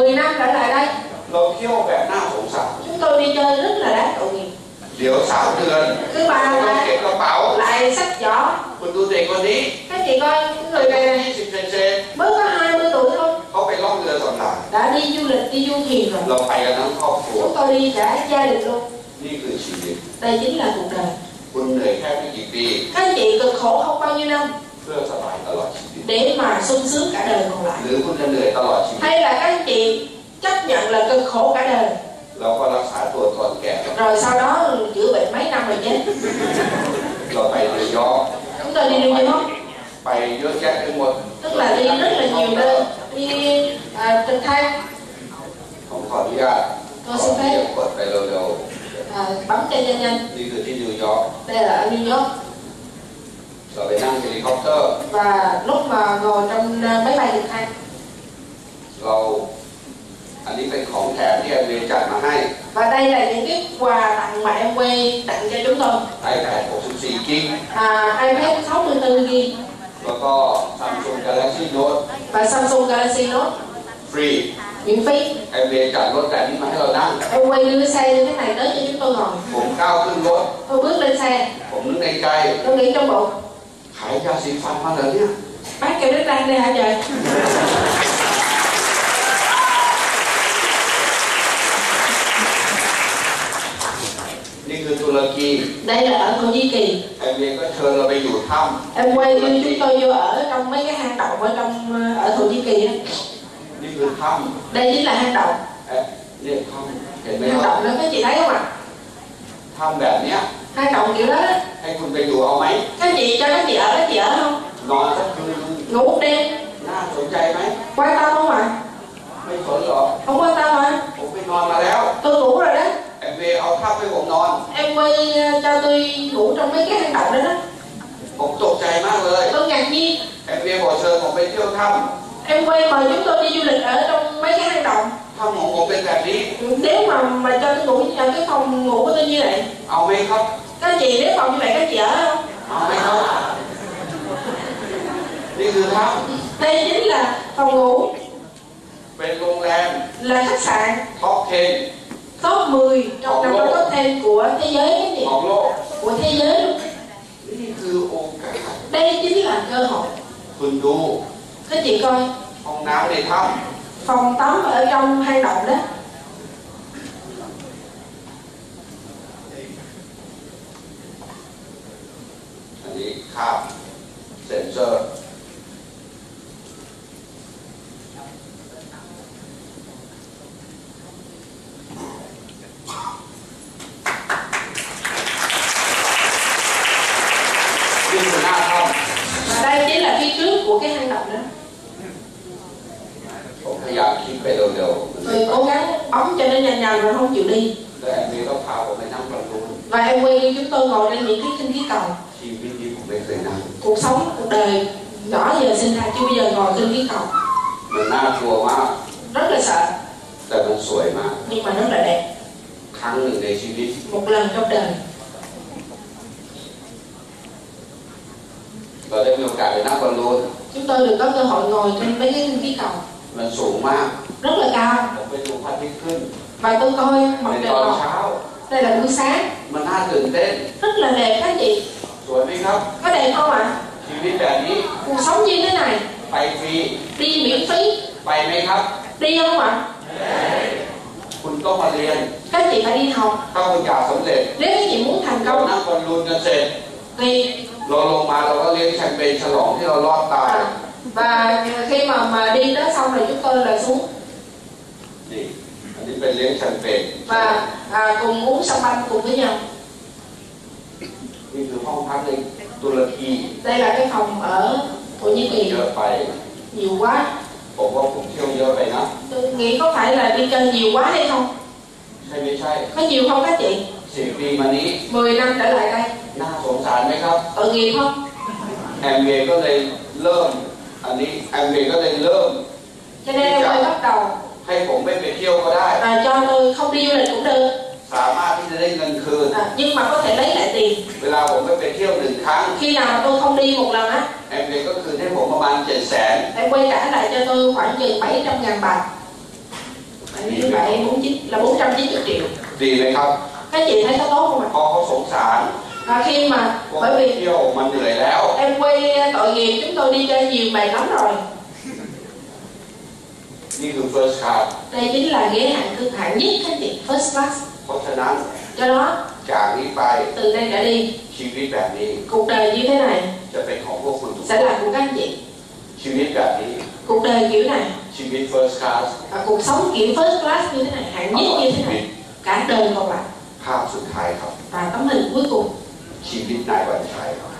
C: 10 năm trở lại đây
B: เราเที่ยวแบบน่าสงสาร
C: chúng tôi đi chơi rất là đáng tội nghiệp
B: เดี๋ยวสามเดือน
C: cứ ba
B: ต้อง
C: là
B: เก็บกระเป๋า
C: lại sách giỏ
B: คุณดูเด็กคนนี้
C: các chị coi cái người này này
B: ยี่สิบเซนเซน
C: mới có 20 tuổi thôi
B: เขาไปล่องเรือสำราญ
C: đã đi du lịch đi du thuyền rồi
B: เราไปกันทั้งครอบครัว
C: chúng tôi đi cả gia đình luôn
B: นี่คือชีวิต
C: đây chính là cuộc đời
B: คุณเหนื่อยแค่ไม่กี่ปี
C: các chị cực khổ không bao nhiêu năm
B: เพื่อสบายตลอดชีวิต
C: để mà sung sướng cả đời còn lại
B: หรือคุณจะเหนื่อยตลอดชีวิต
C: hay là các chị chấp nhận là cực khổ cả đời
B: เราก็รักษาตัวตอนแก่
C: rồi sau đó chữa bệnh mấy năm rồi chết
B: เราไปนิวยอร์ก
C: chúng tôi đi New York
B: ไปเยอะแยะไปหมด
C: tức là đi rất là nhiều nơi đi à, trực thăng
B: ผมขออนุญาตขอเรียกกดไปเร็ว
C: à, bấm cho nhanh nhanh
B: ๆนี่คือที่นิวยอร์ก
C: đây là ở New York
B: เราไปนั่งเฮลิคอปเตอร์
C: và lúc mà ngồi trong à, máy bay trực thăng
B: เราอันนี้เป็นของแถมที่อเมริกามาให้
C: và đây là những cái quà tặng mà em quay tặng cho chúng tôi
B: ไอแพด64 กิก
C: à, iPad 64 GB
B: แล้วก็ Samsung Galaxy Note
C: và Samsung Galaxy Note
B: ฟรี
C: miễn phí
B: ไอเมริการถแต่นี้มาให้เรานั่ง
C: em quay đưa xe như thế này tới cho chúng tôi ngồi
B: ผมก้าวขึ้นรถ
C: tôi bước lên xe
B: ผมนึกในใจ
C: tôi nghĩ trong bụng
B: ขายยาสีฟันมาเหรอเนี่ย
C: bác kêu đến đây đây hả trời
B: นี่คือตุรกี
C: đây là ở Thổ Nhĩ Kỳ
B: ไอเมริกาก็เชิญเราไปอยู่ถ้
C: em quay đưa chúng tôi vô ở trong mấy cái hang động ở trong ờ, ở Thổ Nhĩ Kỳ á.
B: ำนี่คือถ้ำ
C: đây chính là hang động
B: เอ๊ะเรียกถ้ำเห็นไหม
C: hang
B: ว่า
C: động đó các chị thấy không ạ
B: ถ้ำแบบเนี้ย
C: hang động kiểu đó đó.
B: ให้คุณไปอยู่เอาไหม
C: các chị cho các chị ở các chị ở không
B: นอนสักคืนนึง
C: ngủ một đêm
B: น่าสนใจไหม
C: quan tâm không ạ
B: ไม่สนหรอก
C: không quan tâm hả
B: ผมไปนอนมาแล้ว
C: tôi ngủ rồi đó
B: ไอเมย์เอาถ้ำให้ผมนอน
C: em quay ờ, cho tôi ngủ trong mấy cái hang động đó đó
B: ผมตกใจมากเลย
C: tôi ngạc nhiên
B: ไอเมย์บอกเชิญผมไปเที่ยวถ้
C: em quay mời chúng tôi đi du lịch ở trong mấy cái hang động
B: ำถ้ำของผมเป็นแบบนี้
C: nếu mà mà cho tôi ngủ ở cái phòng ngủ của tôi như vậy
B: เอาไหมครับ
C: các chị nếu phòng như vậy các chị ở không
B: เอาไหมครับ นี่คือถ้
C: đây chính là phòng ngủ
B: ำเป็นโรงแรม
C: là khách sạn
B: ท็อป10
C: top 10 trong năm đó top 10 của thế giới các chị
B: ของโลก
C: của thế giới luôn
B: นี่คือโอกาส
C: đây chính là cơ hội
B: คุณดู
C: các chị coi
B: ห้องน้ำในถ้
C: phòng tắm ở trong hang động đó
B: ำอันนี้คาบเซ็นเซอร์ นี่คือหน้าถ้ำ
C: và đây chính là phía trước của cái hang động đó
B: ผมพยายามคิดไปเร็วๆมันไม่
C: tôi
B: ไป
C: cố gắng bấm cho nó nhanh nhanh rồi không chịu đi
B: แล้วแอนนี่ก็พาผมไปนั่งบนนู้น
C: và em quay đi chúng tôi ngồi lên những cái khinh khí cầu
B: ชีวิตนี้ผมไม่เคยนั่ง
C: cuộc sống cuộc đời nhỏ giờ sinh ra chưa bao giờ ngồi khinh khí cầu
B: มันน่ากลัวมาก
C: rất là sợ
B: แต่มันสวยมาก
C: nhưng mà rất là đẹp
B: ครั้งหนึ่งในชีวิต
C: một lần trong đời
B: เราได้มีโอกาสไปนั่งบนนู้น
C: chúng tôi được có cơ hội ngồi trên mấy cái khinh khí cầu
B: มันสูงมาก
C: rất là cao
B: ผมไปดูพระอาทิตย์ขึ้น
C: và tôi coi mặt
B: ใน
C: trời
B: ตอน
C: mọc
B: เช้า
C: đây là buổi sáng
B: มันน่าตื่นเต้น
C: rất là đẹp các chị
B: สวยไหมครับ
C: có đẹp không ạ
B: ชีวิตแบบนี้
C: cuộc sống như thế này
B: ไปฟรี
C: đi miễn phí
B: ไปไหมครับ
C: đi không ạ
B: คุณต้องมาเรียน
C: các chị phải đi học
B: ถ้าคุณอยากสำเร็จ
C: nếu các chị muốn thành
B: เรา
C: công
B: นั่งบนลูนกันเสร็จ
C: thì
B: เราลงมาเราก็เลี้ยงแชมเปญฉลองที่เรารอดตาย
C: à, và khi mà mà đi đó xong rồi chúng tôi là xuống
B: นี่อันนี้เป็นเลี้ยงแชมเปญ
C: và à, cùng uống sâm banh cùng với nhau
B: นี่คือห้องพักในตุรกี
C: đây là cái phòng ở thổ nhĩ
B: เย
C: kỳ
B: อะไป
C: nhiều quá
B: ผมว่าผมเที่ยวเยอะไปนะ
C: tôi nghĩ có phải là đi chơi nhiều quá hay không
B: ใช่ไม่ใช่
C: có nhiều không các chị
B: สิบปีมานี้
C: 10 năm trở lại đây
B: น่าสงสารไหมครับ
C: tội nghiệp không
B: แอมเวย์ก็เลยเริ่ม อันนี้แอมเบก็เลยเริ่ม
C: cho nên em mới bắt đầu
B: ให้ผมไม่ไปเที่ยวก็ได้
C: à, cho tôi không đi du lịch cũng được
B: สามารถที่จะได้เงินคืน
C: à, nhưng mà có thể lấy lại tiền
B: เวลาผมไม่ไปเที่ยวหนึ่งครั้ง
C: khi nào mà tôi không đi một lần á
B: แอมเบก็คืนให้ผมประมาณเจ็ดแสน
C: em quay trả lại cho tôi khoảng chừng 700 ngàn bạc Bảy như vậy bốn chín là 490 triệu
B: ดีไหมครับ
C: các chị thấy có tốt không ạ
B: เพราะเขาสงสาร
C: à, khi mà
B: พวก
C: bởi vì
B: เที่ยวมันเหนื่อยแล้ว
C: em quay tội nghiệp chúng tôi đi chơi nhiều bài lắm rồi
B: นี่คือ first class
C: đây chính là ghế hạng thương hạng nhất các chị first class
B: เพราะฉะนั้น
C: do đó
B: จากนี้ไป
C: từ đây trở đi
B: ชีวิตแบบนี้
C: cuộc đời như thế này
B: จะเป็นของพวกคุณทุกค
C: sẽ
B: น
C: là của các chị
B: ชีวิตแบบนี้
C: cuộc đời kiểu này
B: ชีวิต first class
C: và cuộc sống kiểu first class như thế này hạng
B: เอา
C: nhất
B: ล่ะ
C: như
B: ชี
C: thế
B: วิ
C: này
B: ต
C: cả đời còn lại
B: ภาพสุดท้ายครับ
C: và tấm hình cuối cùng
B: ชีวิตนายวันชัยครับ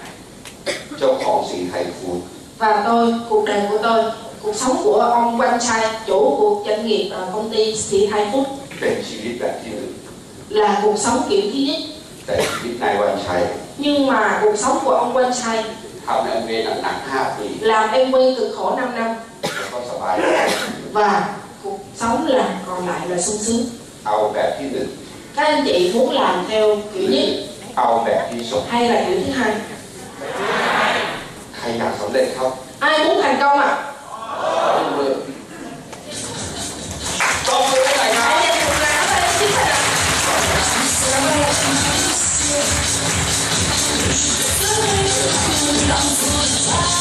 B: เจ้าของสีไทยฟูด
C: và tôi cuộc đời của tôi cuộc sống của ông Quang Trai chủ của doanh nghiệp ờ, công ty Sĩ Thái Phúc
B: เป็นชีวิตแบบที่หนึ่ง
C: là cuộc sống kiểu thứ nhất
B: แต่ชีวิตนายวันชัย
C: nhưng mà cuộc sống của ông Quang Trai
B: ทำแอมเวย์หนักๆห้าปี
C: làm em quay cực khổ 5 năm
B: แล้วก็สบาย
C: và cuộc sống là còn lại là sung sướng
B: เอาแบบที่หนึ่ง
C: các anh chị muốn làm theo
B: หรื
C: kiểu
B: อ
C: nhất
B: เอาแบบที่สอง
C: hay là kiểu thứ hai
B: ใครอยากสำเร็จครับ
C: ai muốn thành công ạ
B: ต้องมือต้องมือไหนอยครับ
D: Hãy subscribe cho kênh Ghiền Mì Gõ Để không bỏ lỡ